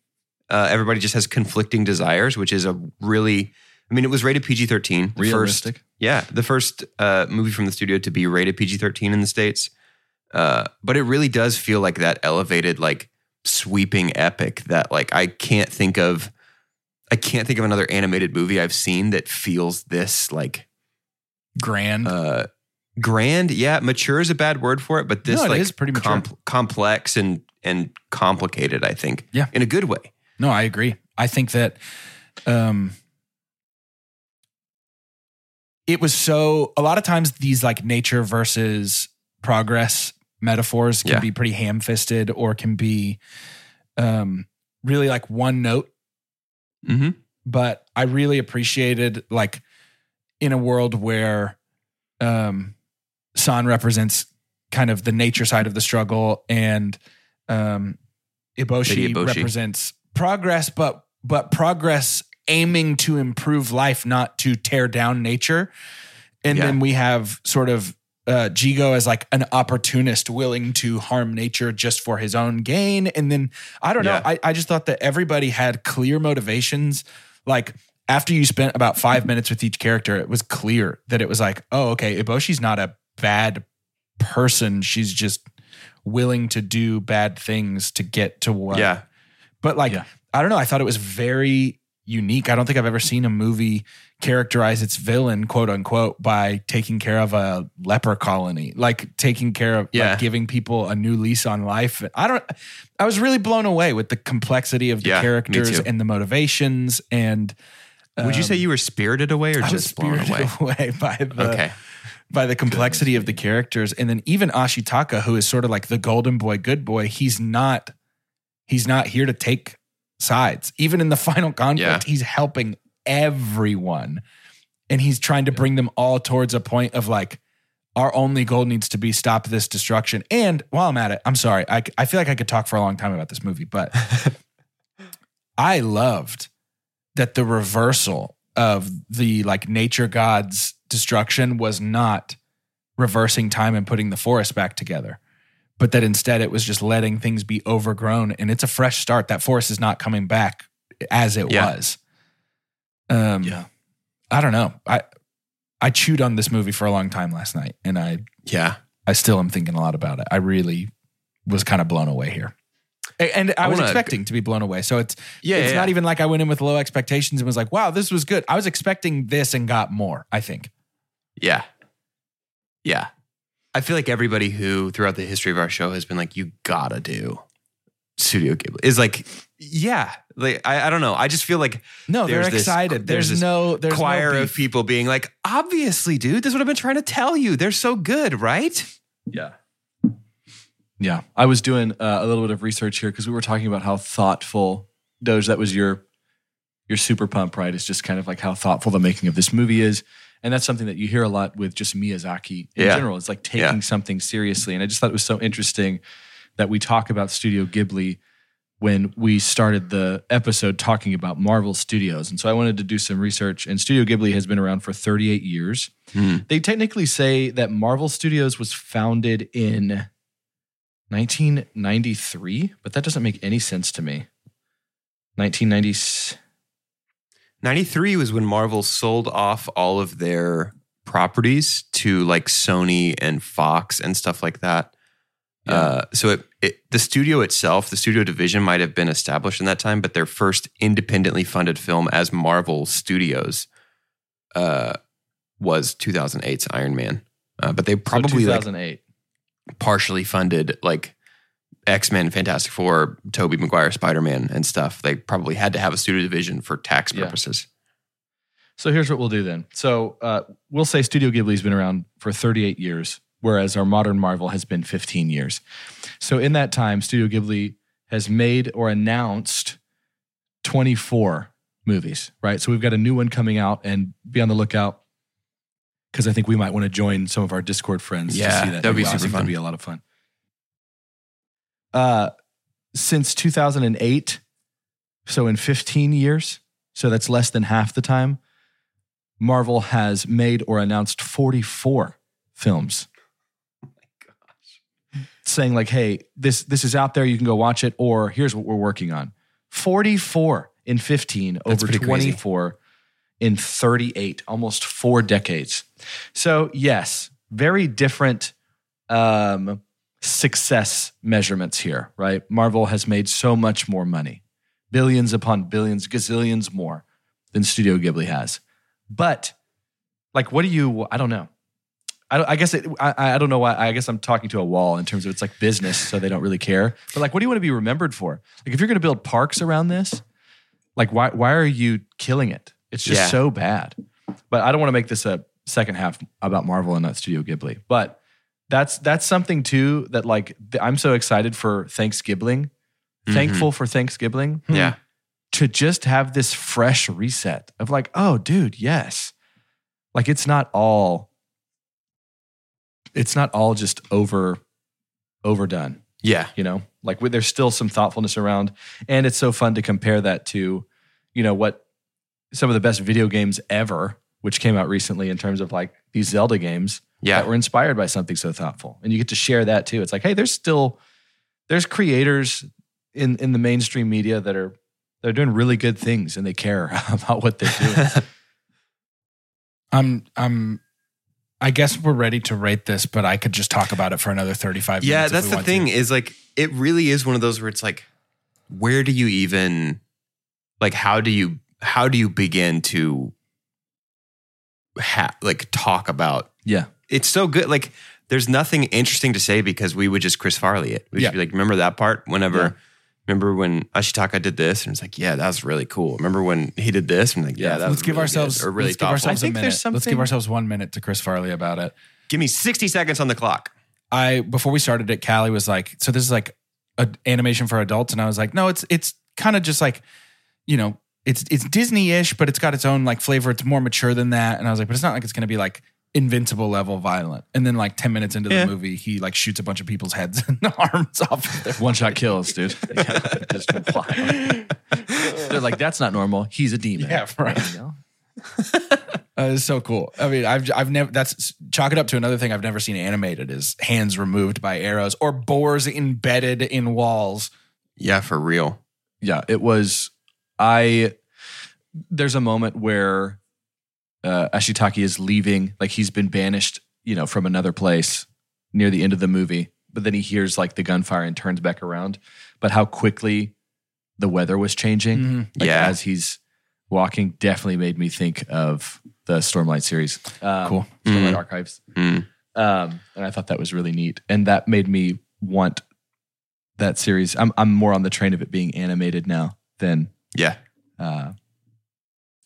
S3: Uh, everybody just has conflicting desires, which is a really. I mean, it was rated PG thirteen. First,
S1: Realistic.
S3: Yeah, the first uh, movie from the studio to be rated PG 13 in the States. Uh, but it really does feel like that elevated, like sweeping epic that like I can't think of. I can't think of another animated movie I've seen that feels this like
S2: Grand.
S3: uh, grand. Yeah, mature is a bad word for it, but this
S2: No, it
S3: like
S2: is pretty mature.
S3: complex and and complicated. I think.
S2: Yeah.
S3: in a good way.
S2: No, I agree. I think that um it was so a lot of times these like nature versus progress metaphors can
S3: Yeah.
S2: be pretty ham-fisted or can be um really like one note
S3: Mm-hmm.
S2: but I really appreciated like in a world where um San represents kind of the nature side of the struggle and um Iboshi,
S3: Lady Eboshi.
S2: represents progress but but progress aiming to improve life not to tear down nature and
S3: Yeah.
S2: then we have sort of uh, Jigo as like an opportunist willing to harm nature just for his own gain. And then I don't know.
S3: Yeah.
S2: I, I just thought that everybody had clear motivations. Like after you spent about five minutes with each character, it was clear that it was like, oh, okay, Iboshi's not a bad person. She's just willing to do bad things to get to what
S3: Yeah,
S2: but like,
S1: Yeah.
S2: I don't know. I thought it was very unique. I don't think I've ever seen a movie characterize its villain, quote unquote, by taking care of a leper colony, like taking care of,
S3: Yeah.
S2: like giving people a new lease on life. I don't, I was really blown away with the complexity of the
S3: Yeah, me
S2: characters
S3: too.
S2: and the motivations. And
S3: would you say you were spirited away or
S2: Um, I was
S3: just blown
S2: spirited
S3: away?
S2: away. by the,
S3: Okay.
S2: by the complexity of the characters. And then even Ashitaka, who is sort of like the golden boy, good boy, he's not he's not here to take sides. Even in the final conflict, he's helping everyone. And he's trying to bring them all towards a point of like, our only goal needs to be stop this destruction. And while I'm at it, I'm sorry, I, I feel like I could talk for a long time about this movie, but I loved that the reversal of the like nature god's destruction was not reversing time and putting the forest back together, but that instead it was just letting things be overgrown and it's a fresh start. That forest is not coming back.
S4: as it
S3: Yeah.
S4: was. Um,
S3: Yeah.
S4: I don't know. I I chewed on this movie for a long time last night, and I
S3: Yeah.
S4: I still am thinking a lot about it. I really was kind of blown away here. A- And I,
S3: I
S4: was
S3: wanna-
S4: expecting to be blown away. So it's
S3: Yeah,
S4: it's
S3: yeah,
S4: not
S3: yeah.
S4: even like I went in with low expectations and was like, wow, this was good. I was expecting this and got more, I think.
S3: Yeah. Yeah. I feel like everybody who throughout the history of our show has been like, you gotta do Studio Ghibli is like, yeah. Like, I, I don't know. I just feel like
S4: No,
S3: There's
S4: they're
S3: this-
S4: excited.
S3: there's
S4: There's,
S3: this
S4: no there's
S3: choir
S4: no
S3: of
S4: beef.
S3: people being like, obviously, dude, this is what I've been trying to tell you. They're so good, right?
S2: Yeah. Yeah. I was doing uh, a little bit of research here because we were talking about how thoughtful Doge, that was your your super pump, right? It's just kind of like how thoughtful the making of this movie is. And that's something that you hear a lot with just Miyazaki in
S3: Yeah.
S2: general. It's like taking
S3: Yeah.
S2: something seriously. And I just thought it was so interesting that we talk about Studio Ghibli when we started the episode talking about Marvel Studios. And so I wanted to do some research. And Studio Ghibli has been around for 38 years.
S3: Hmm.
S2: They technically say that Marvel Studios was founded in 1993, but that doesn't make any sense to me. 1990s.
S3: 93 was when Marvel sold off all of their properties to like Sony and Fox and stuff like that. Uh, so it, it the studio itself, the studio division might have been established in that time, but their first independently funded film as Marvel Studios uh, was 2008's Iron Man. Uh, but they
S2: Probably
S3: probably like
S2: 2008.
S3: partially funded like X Men, Fantastic Four, Tobey Maguire, Spider Man, and stuff. They probably had to have a studio division for tax
S2: Yeah.
S3: purposes.
S2: So here's what we'll do then. So uh, we'll say Studio Ghibli's been around for 38 years, whereas our modern Marvel has been 15 years. So in that time, Studio Ghibli has made or announced 24 movies, right? So we've got a new one coming out, and be on the lookout because I think we might want to join some of our Discord friends.
S3: Yeah,
S2: to see that
S3: that'd be
S2: I
S3: super
S2: think
S3: fun.
S2: That'd be a lot of fun. Uh, since 2008, so in 15 years, so that's less than half the time. Marvel has made or announced 44 films. Saying like, "Hey, this this is out there. You can go watch it." Or here's what we're working on: 44 in 15
S3: That's
S2: over
S3: pretty crazy.
S2: 24 in 38, almost four decades. So yes, very different um, success measurements here, right? Marvel has made so much more money, billions upon billions, gazillions more than Studio Ghibli has. But like, what do you? I don't know. I, don't- I guess it, I, I don't know why. I guess I'm talking to a wall in terms of it's like business, so they don't really care. But like, what do you want to be remembered for? Like, if you're going to build parks around this, like, why why are you killing it? It's just
S3: Yeah.
S2: so bad. But I don't want to make this a second half about Marvel and not Studio Ghibli. But that's that's something too that like th- I'm so excited for Thanksgiving, thankful for Thanksgiving
S3: Mm-hmm. Yeah.
S2: to just have this fresh reset of like, oh, dude, yes. Like it's not all it's not all just over overdone,
S3: Yeah.
S2: you know? Like we- there's still some thoughtfulness around and it's so fun to compare that to, you know, what some of the best video games ever which came out recently in terms of like these Zelda games
S3: Yeah.
S2: that were inspired by something so thoughtful. And you get to share that too. It's like, hey, there's still there's creators in in the mainstream media that are they're doing really good things and they care about what they're doing.
S4: I'm I'm I guess we're ready to rate this, but I could just talk about it for another 35
S3: yeah,
S4: minutes. if
S3: that's
S4: we
S3: the
S4: want to.
S3: thing is like it really is one of those where it's like where do you even like how do you how do you begin to ha- like talk about
S2: yeah.
S3: it's so good like there's nothing interesting to say because we would just Chris Farley it. We'd
S4: Yeah.
S3: just be like, remember that part? Whenever,
S2: Yeah.
S3: remember when Ashitaka did this? And it's like, yeah, that was really cool. Remember when he did this? And like, yeah,
S2: Yeah.
S3: that was
S4: Let's give
S3: really
S4: ourselves
S3: good, or really
S4: let's give
S3: thoughtful.
S4: ourselves a
S2: I think
S4: minute.
S2: there's
S4: Let's give
S2: something-
S4: ourselves 1 minute to Chris Farley about it.
S3: give me 60 seconds on the clock.
S4: I before we started it, Callie was like, "So this is like a animation for adults," and I was like, "No, it's it's kind of just like, you know, it's it's Disney-ish, but it's got its own like flavor. It's more mature than that." And I was like, "But it's not like it's going to be like invincible level violent." And then like ten minutes into
S3: Yeah.
S4: the movie, he like shoots a bunch of people's heads and arms off of their.
S2: One shot kills, dude. Yeah, just wild. They're like, that's not normal. He's a demon.
S4: Yeah, right.
S2: You know?
S4: Uh, it's so cool. I mean, I've I've never that's chalk it up to another thing I've never seen animated is hands removed by arrows or boars embedded in walls.
S3: Yeah, for real.
S2: Yeah, it was I there's a moment where uh, Ashitaki is leaving, like he's been banished, you know, from another place near the end of the movie. But then he hears like the gunfire and turns back around. But how quickly the weather was changing,
S4: Mm.
S1: Mhm.
S2: like,
S3: Yeah.
S2: as he's walking, definitely made me think of the Stormlight series. Um,
S1: Cool.
S2: Stormlight
S3: Mm.
S2: Archives.
S3: Mm.
S2: Um, and I thought that was really neat, and that made me want that series. I'm I'm more on the train of it being animated now than
S3: Yeah.
S2: uh,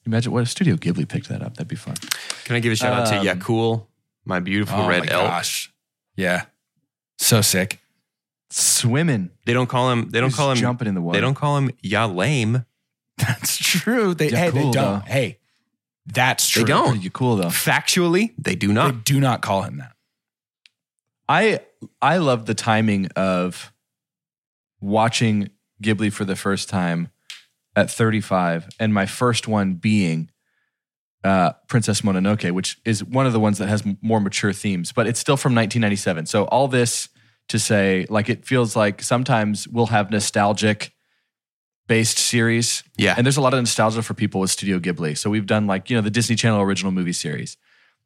S2: imagine what if Studio Ghibli picked that up. That'd be fun.
S3: Can I give a shout out to
S2: Um,
S3: Yakul, my beautiful
S1: Oh
S3: red
S1: my
S3: elk?
S1: gosh. Yeah. So sick.
S2: Swimming.
S3: They don't call him. They don't
S2: Just
S3: call him.
S2: jumping in the water.
S3: They don't call him Ya lame.
S1: That's true. They,
S2: Yeah,
S1: hey, they
S2: cool,
S1: don't.
S2: though.
S1: Hey, that's true.
S3: They don't.
S2: Pretty cool though.
S3: Factually, they do
S1: They
S3: not.
S1: do not call him that.
S2: I I love the timing of watching Ghibli for the first time at 35, and my first one being uh, Princess Mononoke, which is one of the ones that has m- more mature themes, but it's still from 1997. So all this to say, like it feels like sometimes we'll have nostalgic based series
S3: yeah.
S2: and there's a lot of nostalgia for people with Studio Ghibli. So we've done like, you know, the Disney Channel original movie series.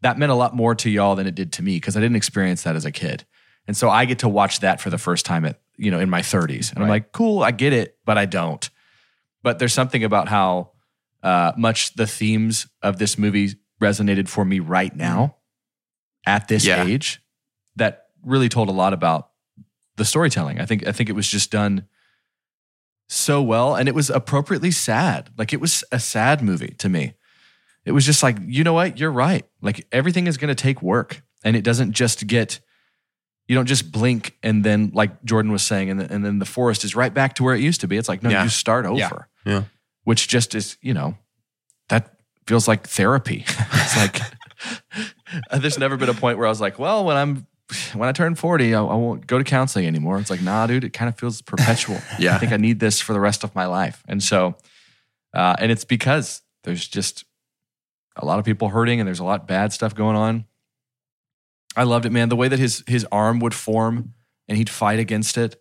S2: That meant a lot more to y'all than it did to me because I didn't experience that as a kid. And so I get to watch that for the first time at, you know, in my 30s. And I'm like, cool, I get it, but I don't. But there's something about how uh, much the themes of this movie resonated for me right now at this
S3: Mm-hmm. Yeah.
S2: age that really told a lot about the storytelling. I think I think it was just done so well and it was appropriately sad. Like it was a sad movie to me. It was just like, you know what? You're right. Like everything is going to take work and it doesn't just get you don't just blink and then like Jordan was saying and, and then the forest is right back to where it used to be. It's like no,
S3: Yeah.
S2: you start over.
S1: Yeah.
S3: Yeah.
S2: Which just is, you know, that feels like therapy. it's like there's never been a point where I was like, well, when I'm when I turn 40, I, I won't go to counseling anymore. It's like, nah, dude, it kind of feels perpetual.
S3: Yeah.
S2: I think I need this for the rest of my life. And so, uh, and it's because there's just a lot of people hurting and there's a lot bad stuff going on. I loved it, man. The way that his his arm would form and he'd fight against it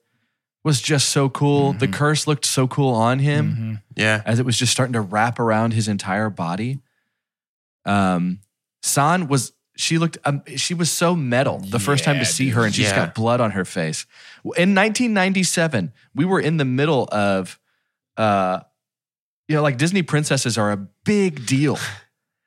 S2: was just so cool. The
S1: Mhm.
S2: curse looked so cool on him
S1: Mhm.
S3: yeah.
S2: as it was just starting to wrap around his entire body. Um, San was she looked um, she was so metal the first time
S1: Yeah,
S2: to see
S1: dude.
S2: her, and she's
S3: Yeah.
S2: got blood on her face. In 1997, we were in the middle of, uh, you know, like Disney princesses are a big deal.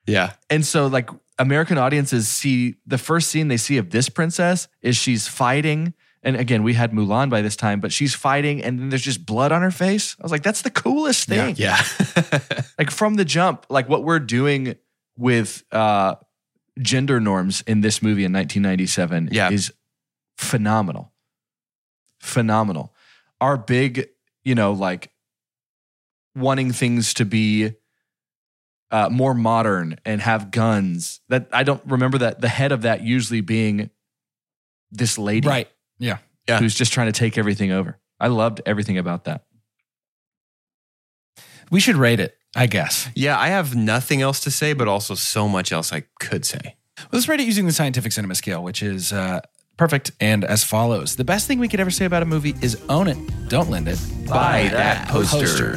S3: Yeah.
S2: And so, like, American audiences see the first scene they see of this princess is she's fighting. And again, we had Mulan by this time, but she's fighting, and then there's just blood on her face. I was like, that's the coolest
S1: Yeah.
S2: thing.
S3: Yeah.
S2: Like, from the jump, like what we're doing with uh, gender norms in this movie in 1997
S3: Yeah.
S2: is phenomenal. Phenomenal. Our big, you know, like wanting things to be uh, more modern and have guns. That I don't remember that the head of that usually being this lady
S1: Right.
S3: Yeah.
S2: who's just trying to take everything over. I loved everything about that.
S1: We should rate it, I guess.
S3: yeah. I have nothing else to say, but also so much else I could say.
S1: Let's rate it using the scientific cinema scale, which is uh, perfect and as follows. The best thing we could ever say about a movie is own it, don't lend it.
S3: Buy that poster.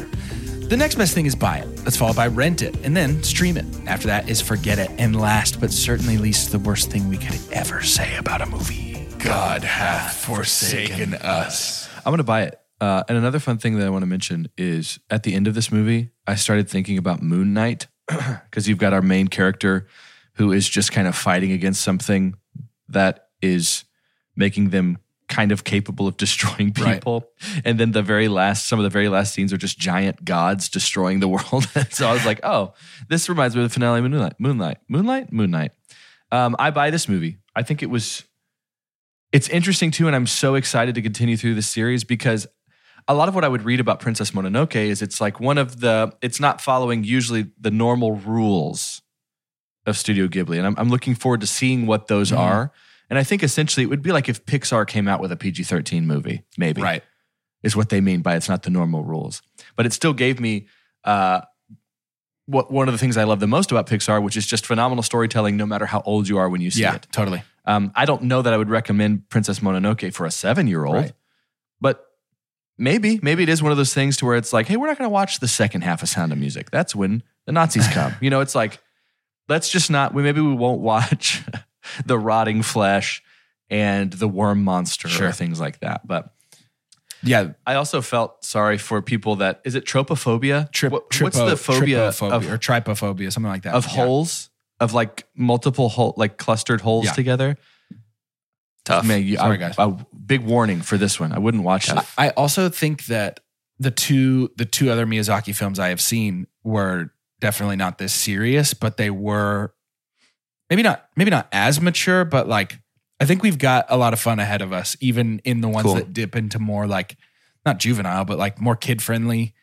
S1: The next best thing is buy it. That's followed by rent it and then stream it. After that is forget it. And last but certainly least, the worst thing we could ever say about a movie. God hath forsaken us.
S2: I'm gonna buy it. Uh, and another fun thing that I want to mention is at the end of this movie, I started thinking about Moon Knight because you've got our main character who is just kind of fighting against something that is making them kind of capable of destroying
S1: Right.
S2: people. And then the very last, some of the very last scenes are just giant gods destroying the world. so I was like, oh, this reminds me of the finale of Moonlight. Moonlight, Moonlight, Moonlight. Um, I buy this movie. I think it was it's interesting too, and I'm so excited to continue through this series because a lot of what I would read about Princess Mononoke is it's like one of the it's not following usually the normal rules of Studio Ghibli, and I'm, I'm looking forward to seeing what those
S1: Mhm.
S2: are. And I think essentially it would be like if Pixar came out with a PG-13 movie, maybe
S1: Right.
S2: is what they mean by it's not the normal rules. But it still gave me uh, what one of the things I love the most about Pixar, which is just phenomenal storytelling, no matter how old you are when you see
S1: Yeah,
S2: it.
S1: totally.
S2: Um, I don't know that I would recommend Princess Mononoke for a seven year old,
S1: Right.
S2: but Maybe, maybe it is one of those things to where it's like, hey, we're not going to watch the second half of Sound of Music. That's when the Nazis come. you know, it's like, let's just not. We maybe we won't watch the rotting flesh and the worm monster or
S5: Sure.
S2: things like that. But
S5: Yeah,
S2: I also felt sorry for people that is it tropophobia?
S5: trip.
S2: What-
S5: tripo,
S2: what's the phobia
S5: trypophobia
S2: of,
S5: or trypophobia, something like that.
S2: of
S5: Yeah.
S2: holes of like multiple hole like clustered holes
S5: Yeah.
S2: together?
S3: Tough.
S2: Man, you,
S5: Sorry,
S2: I-
S5: guys.
S2: I- big warning for this one. I wouldn't watch it.
S5: I also think that the two the two other Miyazaki films I have seen were definitely not this serious, but they were maybe not maybe not as mature, but like I think we've got a lot of fun ahead of us, even in the ones
S3: Cool.
S5: that dip into more like not juvenile, but like more kid friendly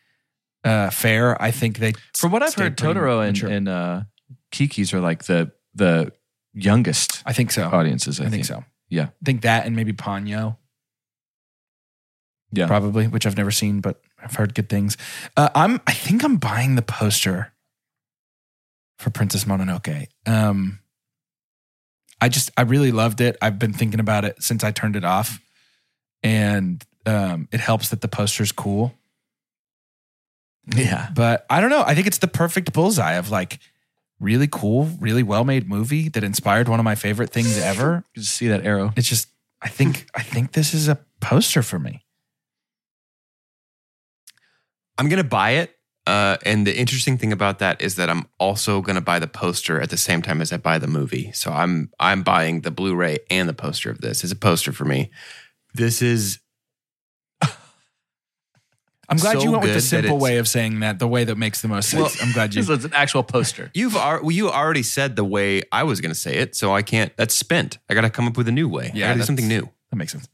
S5: uh fare. I think they
S2: From what I've
S5: stayed
S2: heard,
S5: pretty
S2: Totoro and,
S5: mature.
S2: and uh, Kiki's are like the the youngest
S5: I think so.
S2: audiences. I,
S5: I think so.
S2: Yeah.
S5: I think that and maybe Ponyo.
S2: Yeah.
S5: Probably, which I've never seen, but I've heard good things. Uh, I'm I think I'm buying the poster for Princess Mononoke. Um I just I really loved it. I've been thinking about it since I turned it off. And um it helps that the poster's cool.
S2: Yeah,
S5: But I don't know. I think it's the perfect bullseye of like really cool, really well made movie that inspired one of my favorite things ever
S2: you just see that arrow.
S5: it's just I think I think this is a poster for me.
S3: I'm gonna buy it. Uh, and the interesting thing about that is that I'm also gonna buy the poster at the same time as I buy the movie. So I'm I'm buying the Blu-ray and the poster of this. It's a poster for me. This is
S5: I'm glad
S3: So
S5: you went with the
S3: good that
S5: simple
S3: it's-
S5: way of saying that, the way that makes the most sense. I'm glad you.
S2: It's an actual poster.
S3: you've al- well, you already said the way I was gonna say it, so I can't. That's spent. I gotta come up with a new way.
S5: Yeah,
S3: I gotta do
S5: that's-
S3: something new.
S5: That makes sense.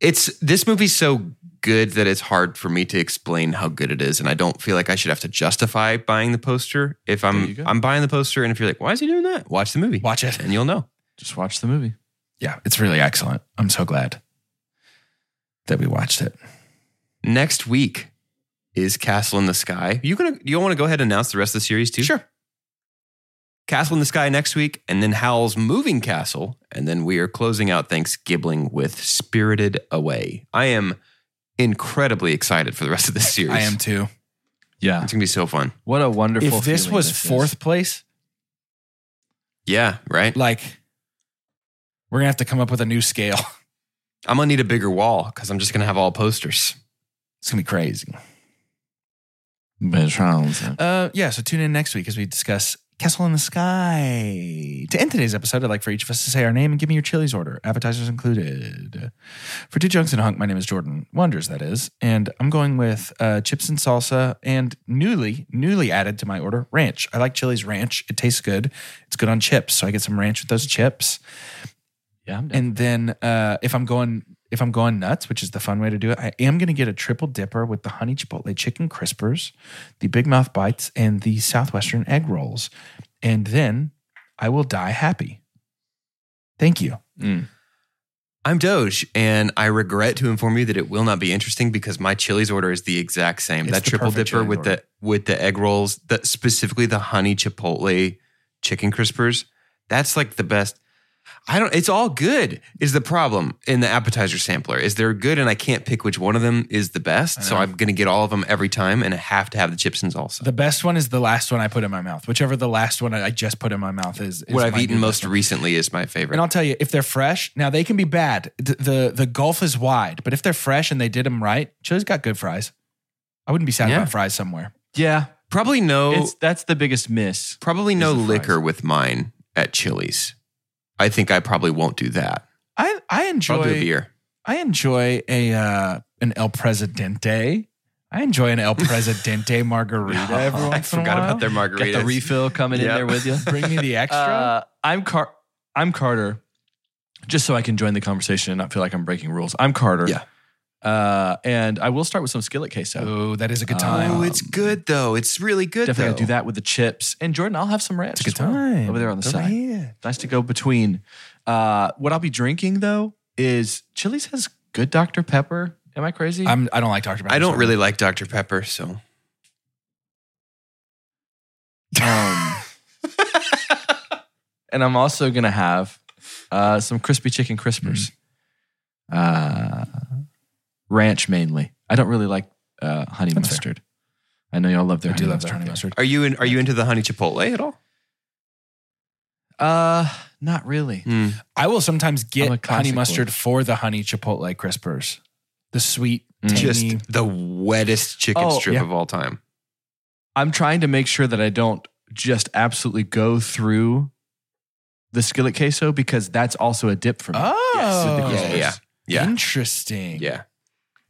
S3: It's this movie's so good that it's hard for me to explain how good it is, and I don't feel like I should have to justify buying the poster. If
S2: There you
S3: I'm
S2: go.
S3: I'm buying the poster, and if you're like, why is he doing that? Watch the movie,
S5: Watch it.
S3: and you'll know.
S2: Just watch the movie.
S5: Yeah, it's really excellent. I'm so glad that we watched it.
S3: next week is Castle in the Sky. You gonna you want to go ahead and announce the rest of the series too?
S5: Sure.
S3: Castle in the Sky next week, and then Howl's Moving Castle, and then we are closing out Thanksgiving with Spirited Away. I am incredibly excited for the rest of this series.
S5: I am too.
S2: Yeah,
S3: It's gonna be so fun.
S2: what a wonderful.
S5: If this
S2: feeling
S5: was
S2: is.
S5: fourth place,
S3: Yeah, right.
S5: like we're gonna have to come up with a new scale.
S3: I'm gonna need a bigger wall because I'm just gonna have all posters.
S5: It's gonna be crazy.
S2: Betrayals.
S5: Uh, yeah. So tune in next week as we discuss Castle in the Sky. To end today's episode, I'd like for each of us to say our name and give me your Chili's order, appetizers included. For two junks and a hunk, my name is Jordan Wonders, that is, and I'm going with uh, chips and salsa and newly, newly added to my order ranch. I like Chili's ranch; it tastes good. It's good on chips, so I get some ranch with those chips.
S2: Yeah, I'm down.
S5: And then uh, if I'm going if I'm going nuts, which is the fun way to do it, I am going to get a triple dipper with the honey chipotle chicken crispers, the big mouth bites, and the southwestern egg rolls, and then I will die happy. Thank you.
S3: I'm Doge, and I regret to inform you that it will not be interesting because my Chili's order is the exact same.
S5: It's
S3: that
S5: the
S3: triple
S5: perfect
S3: dipper
S5: Chili's
S3: with
S5: order.
S3: the with the egg rolls, the, specifically the honey chipotle chicken crispers. That's like the best. I don't. It's all good. Is the problem in the appetizer sampler? Is they're good, and I can't pick which one of them is the best. So I'm gonna get all of them every time, and I have to have the chips and salsa.
S5: The best one is the last one I put in my mouth. Whichever the last one I just put in my mouth is, is
S3: what I've
S5: my
S3: eaten
S5: new
S3: most
S5: best one.
S3: recently is my favorite.
S5: And I'll tell you, if they're fresh, now they can be bad. D- The the gulf is wide, but if they're fresh and they did them right, Chili's got good fries. I wouldn't be sad
S3: Yeah.
S5: about fries somewhere.
S2: yeah,
S3: probably no.
S2: it's that's the biggest miss.
S3: Probably no
S2: is the fries.
S3: liquor with mine at Chili's. I think I probably won't do that.
S5: I
S3: I'll
S5: I
S3: do a
S5: enjoy
S3: beer.
S5: I enjoy a uh, an El Presidente. I enjoy an El Presidente margarita. every
S3: I
S5: once in a
S3: forgot
S5: while.
S3: about their margaritas.
S2: Get the refill coming in
S3: Yeah.
S2: there with you.
S5: Bring me the extra.
S2: Uh, I'm Car. I'm Carter. Just so I can join the conversation and not feel like I'm breaking rules. I'm Carter.
S3: Yeah.
S2: Uh, and I will start with some skillet queso.
S5: oh, that is a good
S2: Uh,
S5: time.
S3: oh, it's good though. It's really good.
S2: Definitely
S3: though.
S2: gotta do that with the chips. And Jordan, I'll have some ranch.
S5: It's a good
S2: as well,
S5: time.
S2: over there on the
S5: Go
S2: side.
S5: ahead.
S2: Nice to go between. Uh, what I'll be drinking though is Chili's has good Dr Pepper. Am I crazy?
S5: I'm, I don't like Dr. Pepper.
S3: I don't
S5: so-
S3: really like Dr Pepper, so
S2: Um, and I'm also gonna
S5: Mm.
S2: have uh, some crispy chicken crispers. Uh, ranch mainly. I don't really like uh, honey
S5: That's fair.
S2: mustard. I know y'all love their
S5: I do
S2: honey
S5: love their
S2: mustard.
S5: honey mustard.
S3: Are you in, are you into the honey chipotle at all?
S2: Uh, not really.
S3: Hmm.
S5: I will sometimes
S2: I'm a
S5: get honey
S2: classic
S5: mustard
S2: boy.
S5: for the honey chipotle crispers. The sweet,
S2: Mm.
S5: tangy.
S3: Just the wettest chicken
S2: Oh,
S3: strip
S5: yeah.
S3: of all time.
S2: I'm trying to make sure that I don't just absolutely go through the skillet queso because that's also a dip for me.
S5: oh,
S3: Yeah, yeah, yeah,
S5: interesting.
S3: yeah.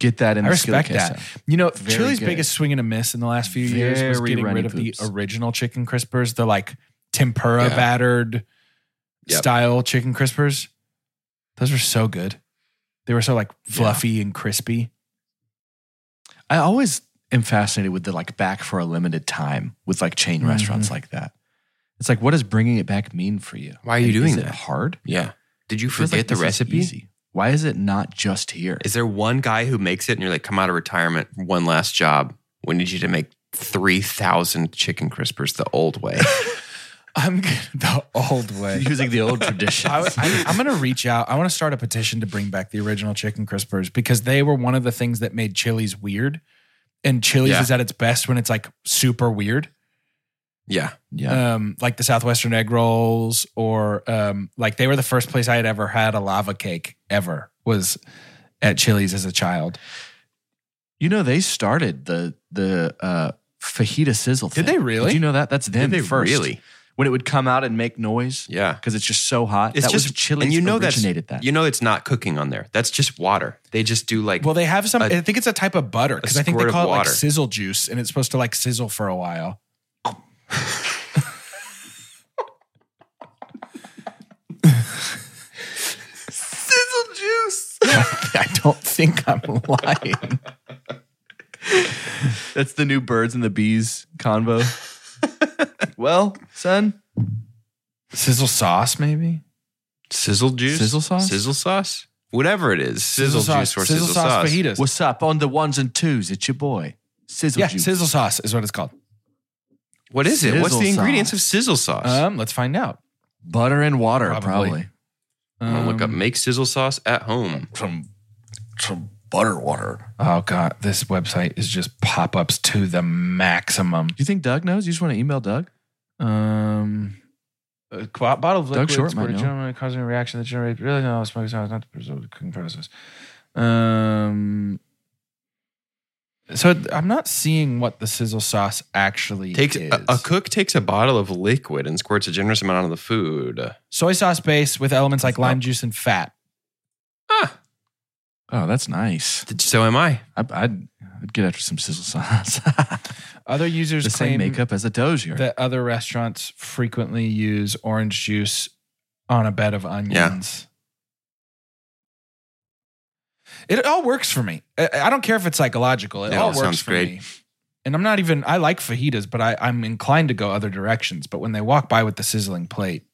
S2: Get that in
S5: I
S2: the
S5: respect
S2: skillet
S5: that. You know,
S2: Very
S5: Chili's
S2: good.
S5: biggest swing and a miss in the last few years was
S2: Very
S5: getting
S2: runny
S5: rid of
S2: poops.
S5: the original chicken crispers, the like tempura
S3: Yeah.
S5: battered
S3: Yep.
S5: style chicken crispers. Those were so good. They were so like fluffy and crispy.
S2: queso. I always am fascinated with the like back for a limited time with like chain
S3: Mm-hmm.
S5: Mhm.
S2: restaurants like that. It's like, what does bringing it back mean for you?
S3: Why are you
S2: And
S3: doing
S2: is It
S3: that?
S2: hard.
S3: Yeah. Did you
S2: It feels
S3: forget
S2: like
S3: the
S2: this is
S3: recipe? Is,
S2: easy. Why is it not just here?
S3: there one guy who makes it and you're like, come out of retirement, one last job. We need you to make 3,000 chicken crispers the old way.
S5: I'm g- the old way.
S2: using the old tradition?
S5: I, am going to reach out. I want to start a petition to bring back the original chicken crispers because they were one of the things that made Chili's weird. And Chili's
S3: Yeah.
S5: is at its best when it's like super weird.
S3: yeah.
S2: yeah.
S5: um, like the Southwestern egg rolls, or um, like they were the first place I had ever had a lava cake ever was at Chili's as a child.
S2: You know, they started the the uh, fajita sizzle.
S5: Did
S2: thing.
S5: they really?
S2: Did you know that? That's
S3: Did
S2: them
S3: they
S2: first.
S3: really?
S2: When it would come out and make noise
S3: Yeah.
S2: because it's just so hot.
S3: It's
S2: that
S3: just
S2: was Chili's
S3: And you know that's-
S2: originated that.
S3: You know it's not cooking on there. That's just water. They just do like
S5: Well, they have some.
S3: A-
S5: I think it's a type of butter because I think they
S3: squirt of
S5: call it like
S3: water.
S5: sizzle juice, and it's supposed to like sizzle for a while.
S3: sizzle juice.
S2: I don't think I'm lying. That's the new birds and the bees convo. well, son,
S5: Sizzle sauce, maybe.
S3: Sizzle juice?
S2: Sizzle sauce?
S3: Sizzle sauce? Whatever it is. Sizzle, juice or sizzle, sauce.
S5: fajitas.
S2: what's up on the ones and twos? It's your boy, Sizzle
S5: yeah,
S2: Juice.
S5: sizzle sauce is what it's called.
S3: What is it? What's
S2: Sizzle
S3: the ingredients
S2: sauce.
S3: of sizzle sauce?
S5: Um, let's find out.
S2: Butter and water,
S5: Probably.
S2: probably.
S3: I'm gonna look up
S5: Um,
S3: make sizzle sauce at home.
S2: Some, some butter water.
S5: Oh god, this website is just pop ups to the maximum.
S2: Do you think Doug knows? You just want to email Doug?
S5: Um, a qu- bottle of
S2: Doug
S5: liquid
S2: Short might
S5: squirted
S2: know.
S5: generally causing a reaction that generates really no smoking sauce, not the result of the cooking process. Um, so I'm not seeing what the sizzle sauce actually
S3: Takes
S5: is.
S3: a, a cook takes a bottle of liquid and squirts a generous amount of the food.
S5: soy sauce base with elements like lime juice and fat.
S3: Ah,
S2: Oh, that's nice.
S3: so am I.
S2: I, I'd, I'd get after some sizzle sauce.
S5: Other users
S2: the
S5: claim
S2: same makeup as a Dozier.
S5: that other restaurants frequently use orange juice on a bed of onions. It all works for me. I, I don't care if it's psychological. It
S3: Yeah,
S5: all
S3: that
S5: works
S3: sounds
S5: for
S3: great.
S5: me. And I'm not even. I like fajitas, but I, I'm inclined to go other directions. But when they walk by with the sizzling plate,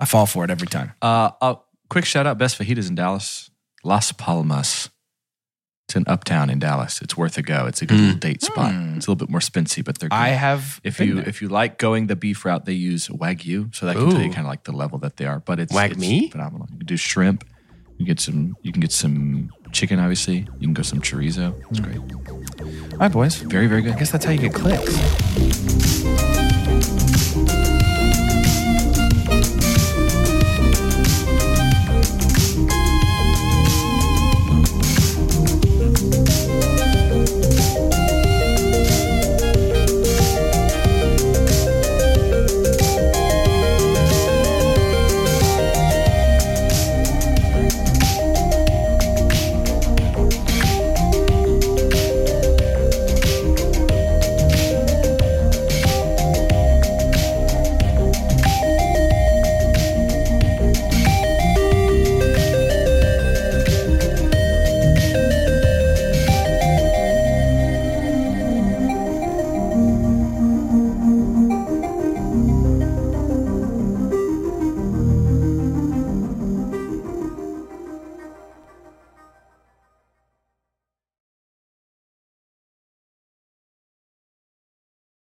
S5: I fall for it every time.
S2: Uh, uh, quick shout out best fajitas in Dallas, Las Palmas. It's an uptown in Dallas. It's worth a go. It's a good
S3: Mm.
S2: little date spot.
S5: Mm.
S2: It's a little bit more spensive, but they're good.
S5: I have.
S2: if
S5: been
S2: you
S5: there.
S2: if you like going the beef route, they use wagyu, so that can tell you
S3: Ooh.
S2: kind of like the level that they are. But it's
S3: Wag
S2: it's
S3: me?
S2: phenomenal. You can do shrimp. You get some. You can get some chicken. Obviously, you can go some chorizo. It's great.
S5: all right, boys.
S2: Very very
S5: Hmm. I
S2: good.
S5: guess that's how you get clicks.
S6: The